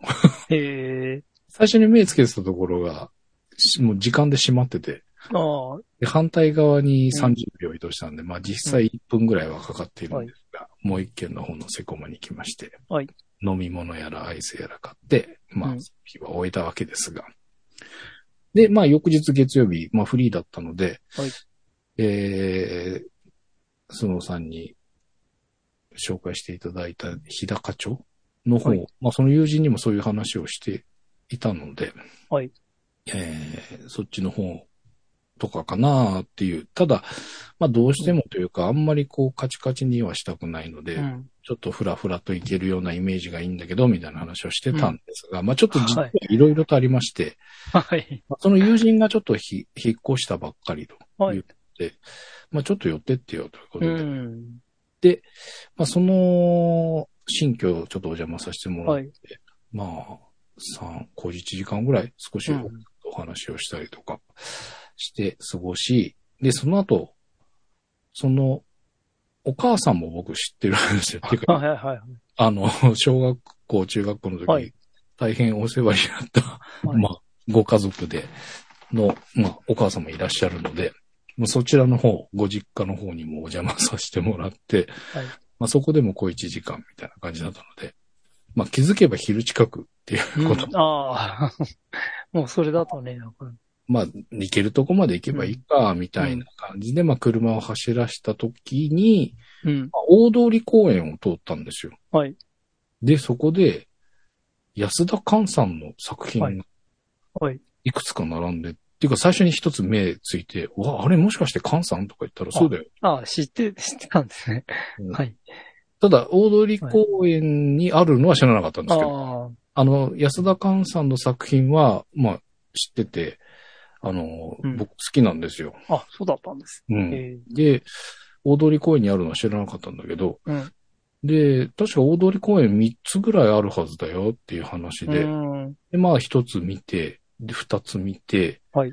へえ。最初に目つけてたところが、しもう時間で閉まってて、ああ、はで反対側に30秒移動したんで、まあ実際1分ぐらいはかかっているんですが、もう一軒の方のセコマに来まして、はい飲み物やらアイスやら買って、まあう、んその日は終えたわけですが。で、まあ翌日月曜日、まあフリーだったので、はいえー、スノーさんに紹介していただいた日高町の方、はいまあその友人にもそういう話をしていたので、はいえー、そっちの方とかかなっていう。ただ、まあどうしてもというか、あんまりこうカチカチにはしたくないので、うんちょっとフラフラといけるようなイメージがいいんだけど、みたいな話をしてたんですが、まあちょっと実ははいいろいろとありまして、はい。まあその友人がちょっとひ引っ越したばっかりと、はいうい。まあちょっと寄ってってよということうで、ん。まあその新居をちょっとお邪魔させてもらっはい。まあ、三、小一時間ぐらい少しうんお話をしたりとかして過ごし、で、その後、その、お母さんも僕知ってるんですよ。っていう (laughs) はか、いはいはい。あの、小学校、中学校の時に、はい大変お世話になった、はいまあ、ご家族での、まあ、お母様いらっしゃるので、まあそちらの方、ご実家の方にもお邪魔させてもらって、はいまあ、そこでも小一時間みたいな感じだったので、まあ、気づけば昼近くっていうこと、うんああ。 (laughs) もうそれだとね、なんかまあ、行けるとこまで行けばいいか、みたいな感じで、まあ、車を走らした時に、うん。まあ大通公園を通ったんですよ。はい。で、そこで、安田寛さんの作品はいがはい。いくつか並んで、っていうか最初に一つ目ついて、うわ、あれもしかして菅さんとか言ったらそうだよ。ああ、知って、知ってたんですね。うんはい。ただ、大通公園にあるのは知らなかったんであすけど、あ。はあの、安田寛さんの作品は、まあ、知ってて、あの、うん僕好きなんですよ。あ、そうだったんです。うんえで、大通公園にあるのは知らなかったんだけど、えうん。で、確か大通公園3つぐらいあるはずだよっていう話で、うんで、まあ一つ見て、で、二つ見て、はい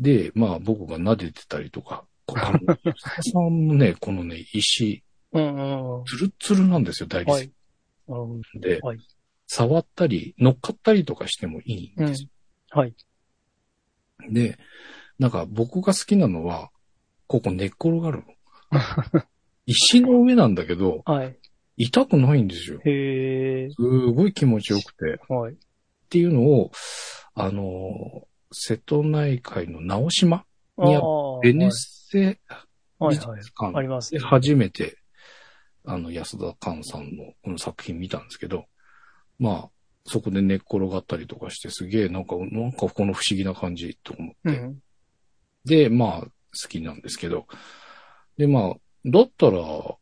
で、まあ僕が撫でてたりと (laughs) か、こうあの、安田さんのね、このね、石、うんうん。はツルツルなんですよ、大理い。なる石ほどで、はい触ったり、乗っかったりとかしてもいいんうでんす。はい。で、なんか僕が好きなのは、ここ寝っ転がるの。 (laughs) 石の上なんだけど、はい。痛くないんですよ。へえ。すごい気持ちよくて。はい。っていうのを、あの、瀬戸内海の直島あにあるああベネッセは美いはいはい術館ありますでね。初めて、あの、安田寛さんのこの作品見たんですけど、まあ、そこで寝っ転がったりとかして、すげえ、なんか、なんかこの不思議な感じと思って、うん。で、まあ、好きなんですけど。で、まあ、だったら、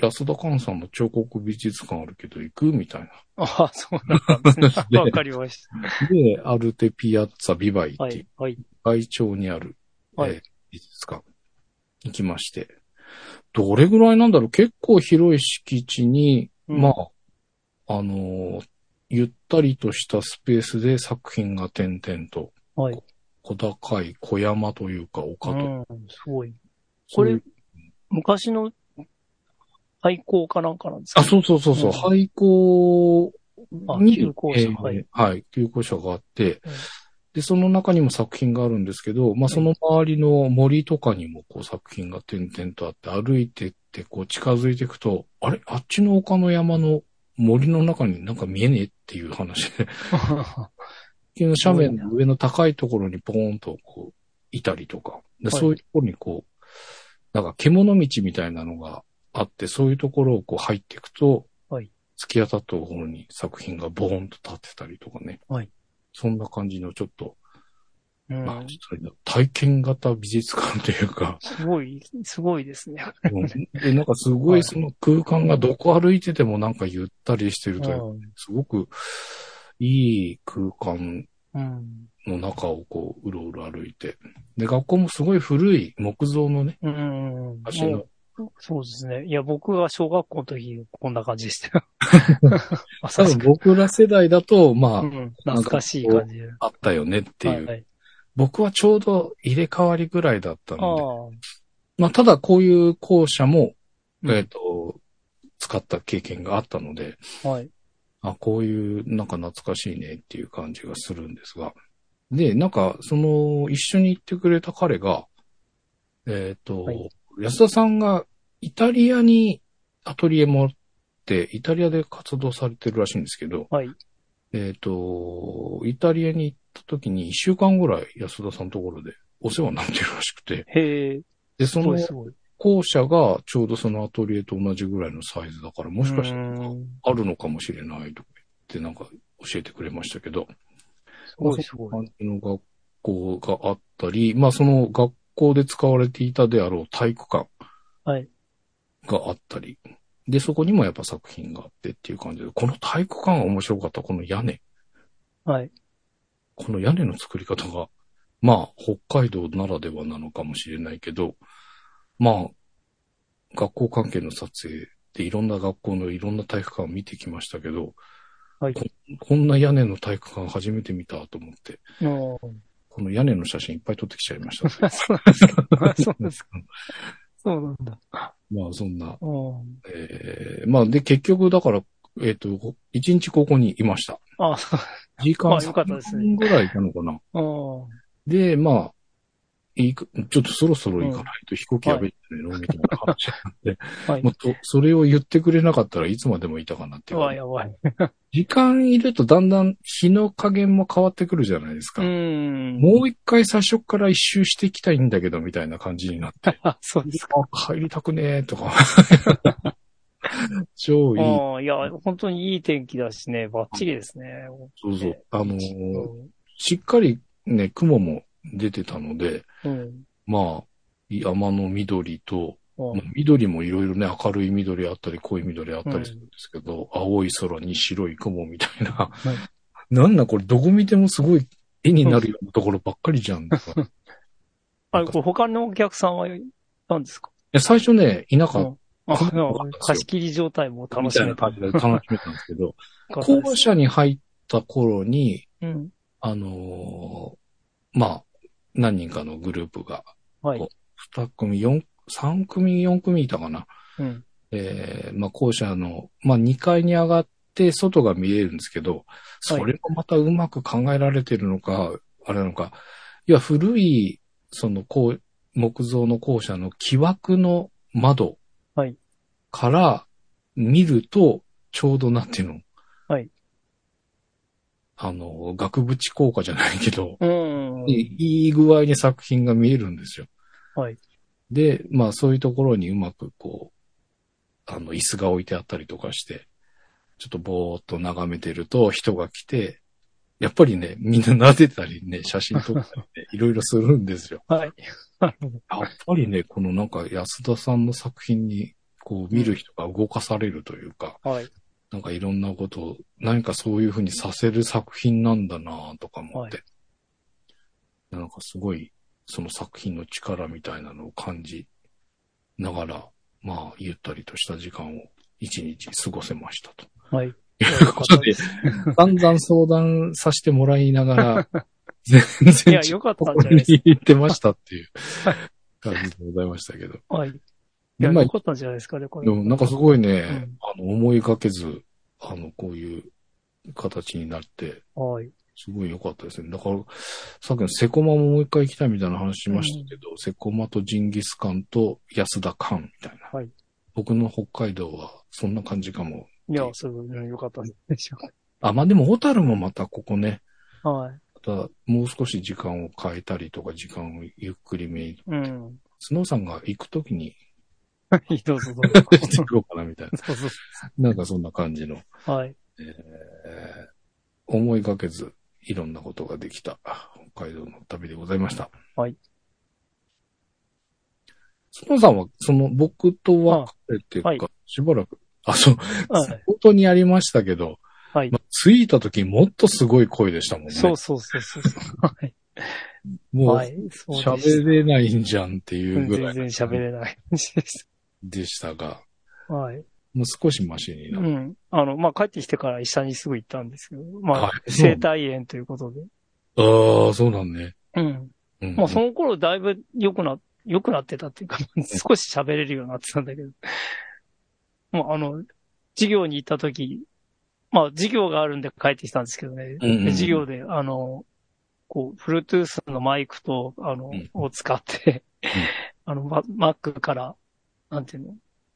安田寛さんの彫刻美術館あるけど行くみたいああ、そうなんですね。 (laughs) (laughs) でわかりましな。で、アルテピアッツァビバイた。っはていうい、はい。外町にある、はいえー美術館行きまして。どれぐらいなんだろう結構広い敷地に、うんまあ、あのーゆったりとしたスペースで作品が点々と、はい。小高い小山というか丘と、うん、すごい。そこういうれ、昔の廃校かなんかなんですかあ、そうそうそうそうう、ん廃校に、あ旧校舎えーはいはい、旧校舎があって、うんで、その中にも作品があるんですけど、まあ、その周りの森とかにもこう作品が点々とあって、歩いてってこう近づいていくと、あれあっちの丘の山の森の中になんか見えねえっていう (laughs) 話で、急の斜面の上の高いところにポーンとこう、いたりとか、はいでそういうところにこう、なんか獣道みたいなのがあって、そういうところをこう入っていくと、はい突き当たったところに作品がボーンと立ってたりとかね。はいそんな感じのちょっと、うまあん、体験型美術館とい (laughs) うか、すごい、すごいですね。うんで、なんかすごいその空間がどこ歩いててもなんかゆったりしてるというか、うすごくいい空間ん。の中をこう、うろうろ歩いて。で、学校もすごい古い木造のね、うん。うん橋の、そうですね。いや、僕は小学校の時、こんな感じでした (laughs) よ。多分僕ら世代だと、まあ、うん、懐かしい感じで。あったよねっていう。はい、僕はちょうど入れ替わりぐらいだったああので、、まあ、ただこういう校舎も、うんえっ、と、使った経験があったので、はい。あ、こういう、なんか懐かしいねっていう感じがするんですが。で、なんか、その、一緒に行ってくれた彼が、えっ、と、はい安田さんがイタリアにアトリエ持って、イタリアで活動されてるらしいんですけど、はい。えっ、と、イタリアに行った時に一週間ぐらい安田さんのところでお世話になってるらしくて、へえ、で、そすごのい、すごい。校舎がちょうどそのアトリエと同じぐらいのサイズだから、もしかしたらなんかうんあるのかもしれないとか言ってなんか教えてくれましたけど、すごい、すごい。感じの学校があったり、まあその学校で使われていたであろう体育館はいがあったり、で、そこにもやっぱ作品があってっていう感じで、この体育館が面白かった、この屋根。はい。この屋根の作り方が、まあ、北海道ならではなのかもしれないけど、まあ、学校関係の撮影でいろんな学校のいろんな体育館を見てきましたけど、はいここんな屋根の体育館初めて見たと思って、うんこの屋根の写真いっぱい撮ってきちゃいました。 (laughs) そうなんですか。そうなんですか。そうなんだ。まあ、そんな、うん。えーまあ、で、結局、だから、えっ、と、一日ここにいました。あそう時間まあよかったですね3ぐらいいたのかな。うん。で、まあ、いいかちょっとそろそろ行かないと飛行機やべえんじゃないのみたいな話になって、はいもっ。とそれを言ってくれなかったらいつまでもいたかなっていううかわ、やばい。時間いるとだんだん日の加減も変わってくるじゃないですうか。ん。もう一回最初から一周していきたいんだけど、みたいな感じになって、 (laughs) あ、そうですか。あ帰りたくねえとか。超いい。うんいや、本当にいい天気だしね、バッチリですね。そうそう。あのうーんしっかりね、雲も出てたので、うん。まあ、山の緑と、うんまあ緑もいろいろね、明るい緑あったり、濃い緑あったりするんですけど、青い空に白い雲みたいな、なんだこれ、どこ見てもすごい絵になるようなところばっかりじゃんとか。い (laughs) あ、これ他のお客さんはいたんですかや最初ね、いなかっあそうなんですよ貸し切り状態もたみ楽したいめなた。感じで楽しめたんです (laughs) けど、よかったで校す舎に入った頃に、うん。あのーまあ、何人かのグループが、はい。 2組、4、3組、4組いたかな。うん。えーまあ、校舎の、まあ、2階に上がって外が見えるんですけど、それもまたうまく考えられてるのか、あれなのか、いや、古い、その、こう、木造の校舎の木枠の窓はいから見ると、ちょうどなんていうのはい。あの、額縁効果じゃないけど、うん。うんでいい具合に作品が見えるんですよ。はい。で、まあそういうところにうまくこう、あの、椅子が置いてあったりとかして、ちょっとぼーっと眺めてると人が来て、やっぱりね、みんな撫でたりね、写真撮ったり (laughs) ね、いろいろするんですよ。はい。 (laughs) なるほどやっぱりね、このなんか安田さんの作品に、こう見る人が動かされるというか、はい。なんかいろんなことを、何かそういうふうにさせる作品なんだなぁとか思って、なんかすごい、その作品の力みたいなのを感じながら、まあ、ゆったりとした時間を一日過ごせましたと。はい。いうことで、 (laughs) 散々相談させてもらいなが (laughs) ら、全い然や、違うよかったとんこじゃないろですに行ってましたって (laughs) いう感じでございましたけど。か。はい。いや、今よかったんじゃないですかね、これ。でもなんかすごいね、うんあの、思いがけず、あの、こういう形になって、はい。すごい良かったですね。だから、さっきのセコマももう一回行きたいみたいな話しましたけど、セコマとジンギスカンと安田カンみたいな。はい僕の北海道はそんな感じかも。いや、すごい、よかったんじゃないでしょうあ、まあでも小樽もまたここね、か。はい。またもう少し時間を変えたりとか、時間をゆっくりめに、うん。スノーさんが行くときにはい、 (laughs) どうぞどうぞ。行 (laughs) っていこうかなみた (laughs) いどうぞな。なんかそんな感じの。はい。えー思いがけずいろんなことができた北海道の旅でございました。はい。そのさんは、その僕とはれていうか、はいしばらく、あ、そう、はい。本当にやりましたけど、はいま。着いた時もっとすごい声でしたもんね。そうそうそうそう。はい。もはうい。そうで喋れないんじゃんっていうんうぐら全い然喋れない感じでしでしたが、た。はい。もう少しマシにうなる。ん。あの、まあ、帰ってきてから医者にすぐ行ったんですけど、まあは、い生体炎ということで。ああ、そうなんね。うん。うん、まあ、その頃だいぶ良くな、良くなってたっていうか、少し喋れるようになってたんだけど。まあ、あの、授業に行った時、まあ、授業があるんで帰ってきたんですけどね。うんうんうんで授業で、あの、こう、Bluetooth のマイクと、あの、うんを使って、あの、ま Mac から、なんていうの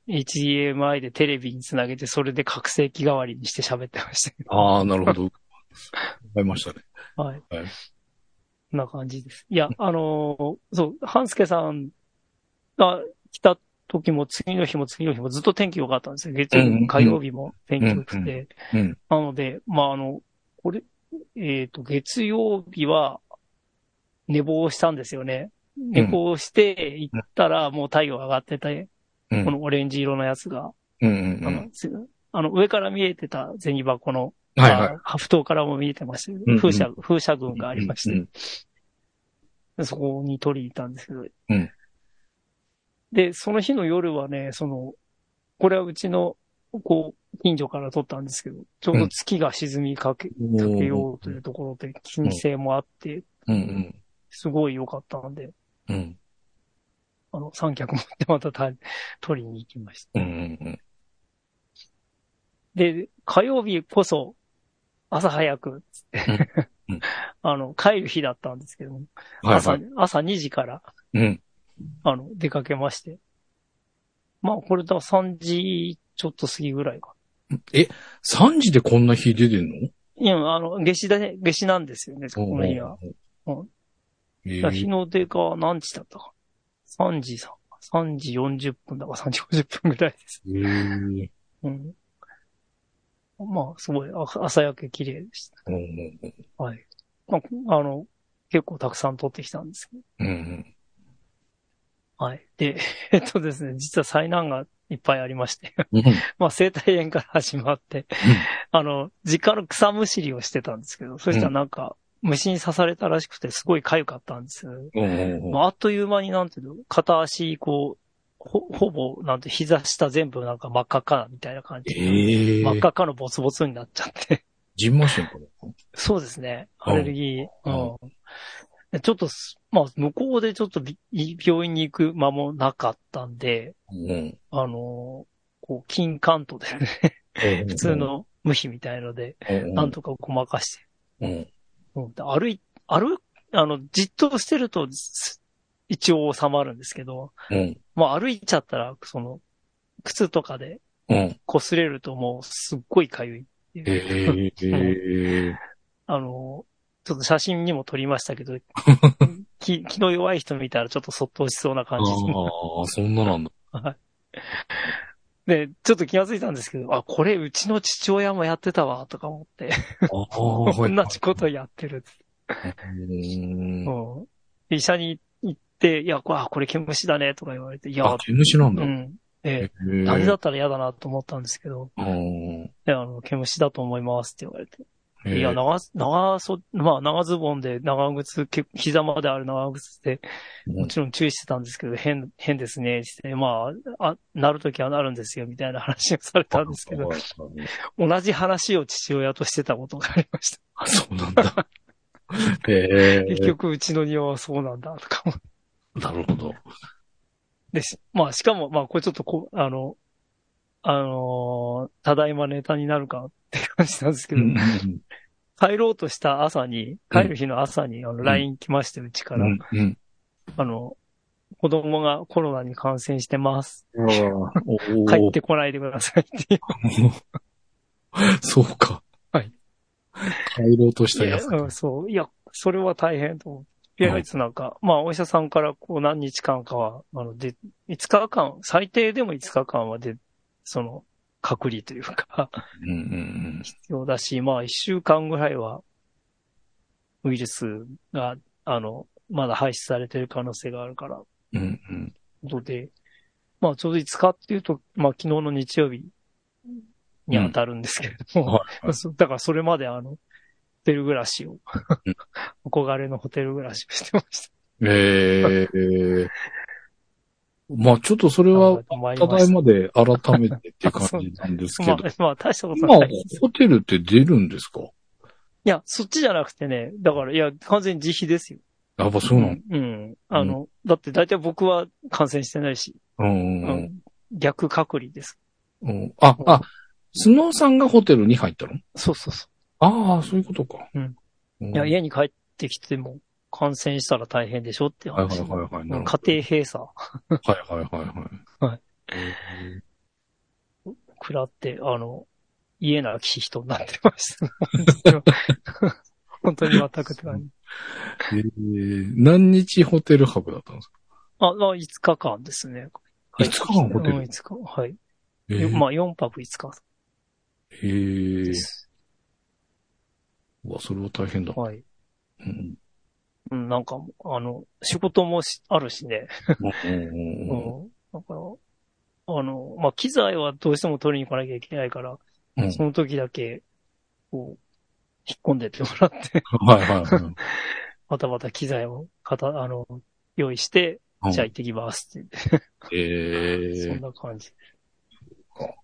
?HDMI でテレビにつなげて、それで拡声器代わりにして喋ってましたけど。ああ、なる (laughs) ほど。わかりましたね。はい。はいこんな感じです。 (laughs) いや、あのーそう、半助さんが来た時も次の日も次の日もずっと天気良かったんですよ。月曜日うんうんも火曜日も天気良くて。うんうんうん。なので、まあ、あの、これ、えっ、と、月曜日は寝坊したんですよね。寝坊して行ったらもう太陽上がってて、うんこのオレンジ色のやつが、うんうんうあん。の、つあの上から見えてた銭箱の、はいあはい。のハフトからも見えてましたけど、うんうん風車、風車群がありまして、うんうんでそこに取りに行ったんですけど。うんで、その日の夜はね、その、これはうちの、こう、近所から撮ったんですけど、ちょうど月が沈みかけ、うんかけようというところで、金星もあって、うんすごい良かったんで、うん。うんあの、三脚持ってまたた撮りに行きました。うんうんで、火曜日こそ、朝早く、つってうんうん (laughs) あの、帰る日だったんですけども、うん。はい朝はい。朝2時から、うん。あの、出かけまして。まあ、これだ、3時ちょっと過ぎぐらいか。 3時でこんな日出てんのいや、あの、夏至だね、夏至なんですよね、この日は。おうだえーから日の出が何時だったか。3時さ、3時40分だか3時50分ぐらいです。えーうん。まあ、すごい、あ朝焼け綺麗でした。うんうんうんはい。まあ、あの、結構たくさん撮ってきたんですけど。うんうんはい。で、えっとですね、実は災難がいっぱいありまして。うん (laughs) まあ、生体炎から始まって、あの、実家の草むしりをしてたんですけど、そしたらなんか、虫に刺されたらしくて、すごい痒かったんですよ。うんう (laughs) んまあ、あっという間になんていうの、片足、こう、ほ、ほぼ、なんて、膝下全部なんか真っ赤か、みたいな感じで、え真っー赤かのボツボツになっちゃって。 (laughs) ジンマシンかなそうですね。アレルギー。ううんん。でちょっとす、まあ、向こうでちょっとび病院に行く間もなかったんで、うんあのーこう、金関東で、ね、普普通、の無比みたいので、うんなんとかごまかして。うんうん、で歩い、歩い、あの、じっとしてると、す一応収まるんですけど、うんまあ歩いちゃったら、その、靴とかでうん擦れるともうすっごい痒い。 (laughs) えーあの、ちょっと写真にも撮りましたけ (laughs) ど、気気の弱い人見たらちょっとそっとしそうなあ感じあ、そんななんだ。で、ちょっと気がついたんですけど、あ、これうちの父親もやってたわ、とか思って、ああ、 (laughs) 同はい。じことやってる。うーん。うん医者に行って、いや、こあこれ毛虫だね、とか言われて、いやあ、、毛虫なんだう。ん。えへえ、えあれだったら嫌だなと思ったんですけど、うんいやあの、毛虫だと思いますって言われて。へえいや、長す、長そ、まあ、長ズボンで、長靴、け膝まである長靴で、もちろん注意してたんですけど、変、変ですね、して、まあ、あ、なるときはなるんですよ、みたいな話をされたんですけ (laughs) ど、同じ話を父親としてたことがありました。あそうなん (laughs) だ。へえ結局、うちの庭はそうなんだ、とか思ってなるほど。です。まあ、しかも、まあ、これちょっとこう、あの、あのーただいまネタになるかって感じなんですけど、うん帰ろうとした朝に、帰る日の朝に、あの、LINE 来まして、うちから、うん。あの、子供がコロナに感染してます。おー帰ってこないでくださいっていう。 (laughs) そうか。はい。帰ろうとしたいややつ。うんそう。いや、それは大変と思って。いや、はいいつなんか、まあ、お医者さんから、こう、何日間かは、あの、で、5日間、最低でも5日間はで、その、隔離というか、うんうん必要だし、まあ、1週間ぐらいは、ウイルスが、あの、まだ排出されてる可能性があるから、うん。うんうん。ことで、まあちょうど5日っていうと、まあ昨日の日曜日に当たるんですけれども、はいはいそ (laughs) だからそれまであの、ホテル暮らしをうん、憧れのホテル暮らしをしてました。ええ。まあちょっとそれは、まただいまで改めてって感じなんですけま (laughs) どあ、、まあ大したこと今ないです。、ホテルって出るんですかいや、そっちじゃなくてね、だから、いや、完全に自費ですよ。やっぱそうなのうん。あの、だって大体僕は感染してないし、うんううんん逆隔離です。うんうん。あ、あ、スノーさんがホテルに入ったのそうそうそああ、そういうことか。うんうう。ん。いや、家に帰ってきても感染したら大変でしょってはいは話。いはいはい。なるほ家庭閉鎖ど。はいはいはいはい。はいえ食らって、あの、家なき人になってま (laughs) した。本当に全くって感じ。ー。えー何日ホテル泊だったんですかあ、まあ、5日間ですね。 5日間ホテルうん、5日。はい。えーまあ、4泊5日えーです。うわ、それは大変だ。はい。うんうん、なんかもう、あの、仕事もしあるしね。うんううんん。だから、あの、まあ、機材はどうしても取りに行かなきゃいけないから、うんその時だけ、こう、引っ込んでってもらって、 (laughs) はいはいはいまたまた機材を、かた、あの、用意して、うん。じゃあ行ってきますって。えそんーな感じ。そ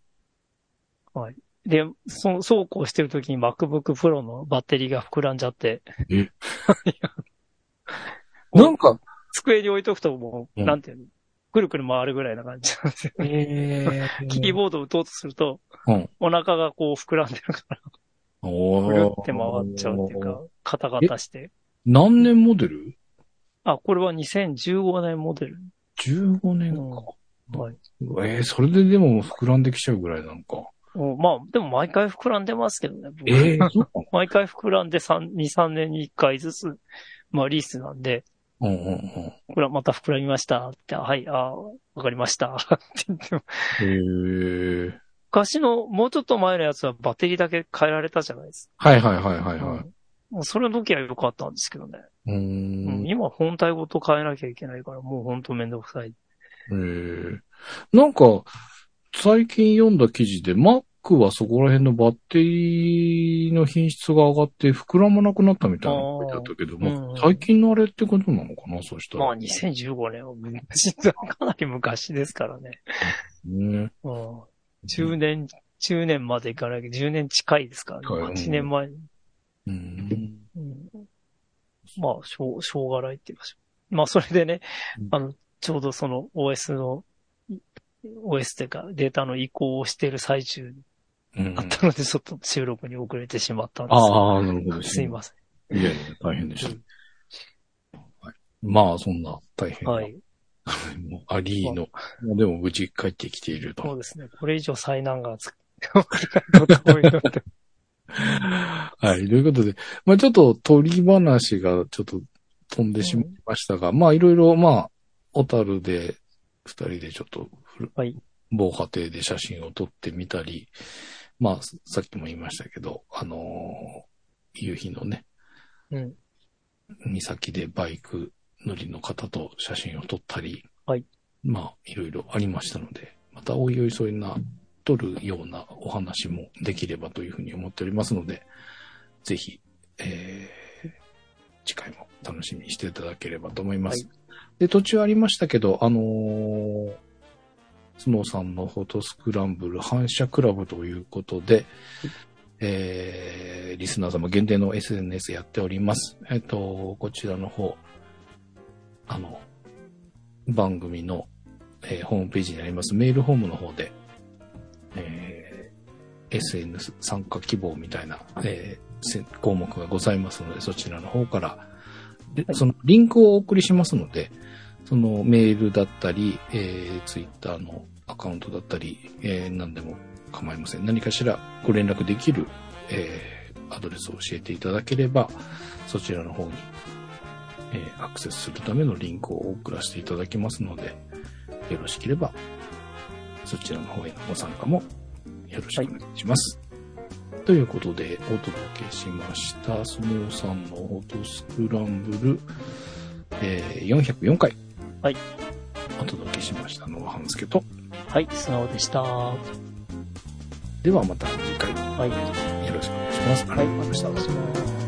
はい。で、そそうこうしてるときに MacBook Pro のバッテリーが膨らんじゃって、なんか、机に置いとくともう、うんなんていうの、くるくる回るぐらいな感じなんですよ。えキーボードを打とうとすると、うんお腹がこう膨らんでるから、ぐるって回っちゃうっていうか。、カタカタして。何年モデルあ、これは2015年モデル。 ?15 う年んか。はいえー、それででも膨らんできちゃうぐらいなのか。うんまあ、でも毎回膨らんでますけどね。僕ええー、そうか。毎回膨らんで3、2、3年に1回ずつ、まあリースなんで、うんうんうん。これはまた膨らみました。って、はい、あーわかりました。 (laughs) って言ってもえー。昔の、もうちょっと前のやつはバッテリーだけ変えられたじゃないですはいはいはいはいか。はうんもうそれの時は良かったんですけどね。い。ううーんん。今本体ごと変えなきゃいけないから、もうほんとめんどくさい。えー、なんか、最近読んだ記事で、Mac はそこら辺のバッテリーの品質が上がって膨らまなくなったみたいなの書いてあったけどあーも、うん最近のあれってことなのかなそうしたら。まあ2015年は (laughs) 昔、かなり昔ですからね。ね。うん、10年、10年までいかないけど、10年近いですからね。はい8年前に。うん。うんまあ、しょう、しょうがないって言いましょう。まあ、それでねうん、あの、ちょうどその OS の、い OS というかデータの移行をしている最中うんだったので、ちょっと収録に遅れてしまったんですがああ、なるほど。すいませせん。いやいや、大変でした。はい、まあ、そんな大変ん。な、はい。もうアリーの、もうでも無事帰ってきているそうと。ですね。これ以上災難がつく。 (laughs) はい。ということで、まあちょっと鳥話がちょっと飛んでしまいましたが、まあいろいろ、まあ、小樽で二人でちょっとふる、はい防波堤で写真を撮ってみたり、まあさっきも言いましたけど、あのー夕日のね、うん。岬でバイク乗りの方と写真を撮ったり、はい。まあ、いろいろありましたので、またおいおいそういうな、撮るようなお話もできればというふうに思っておりますので、ぜひ、えー、次回も楽しみにしていただければと思います。で、途中ありましたけど、あのー、スノーさんのフォトスクランブル反射クラブということで、えーリスナー様限定の SNS やっております。えっ、と、こちらの方、あの、番組の、えーホームページにありますメールホームの方で、えー SNS 参加希望みたいな、えーせ項目がございますので、そちらの方から、ではいそのリンクをお送りしますので、そのメールだったり、えー、ツイッターのアカウントだったり、えー何でも構いません。何かしらご連絡できる、えーアドレスを教えていただければ、そちらの方に、えーアクセスするためのリンクを送らせていただきますので、よろしければ、そちらの方へのご参加もよろしくお願いします。ということで、お届けしました、スノーさんのフォトスクランブル、えー404回。はい。お届けしましたのは半助と。はい、素直でした。はではまた次回い。はい、よろしくお願いします。ありがとうございました。お願いします。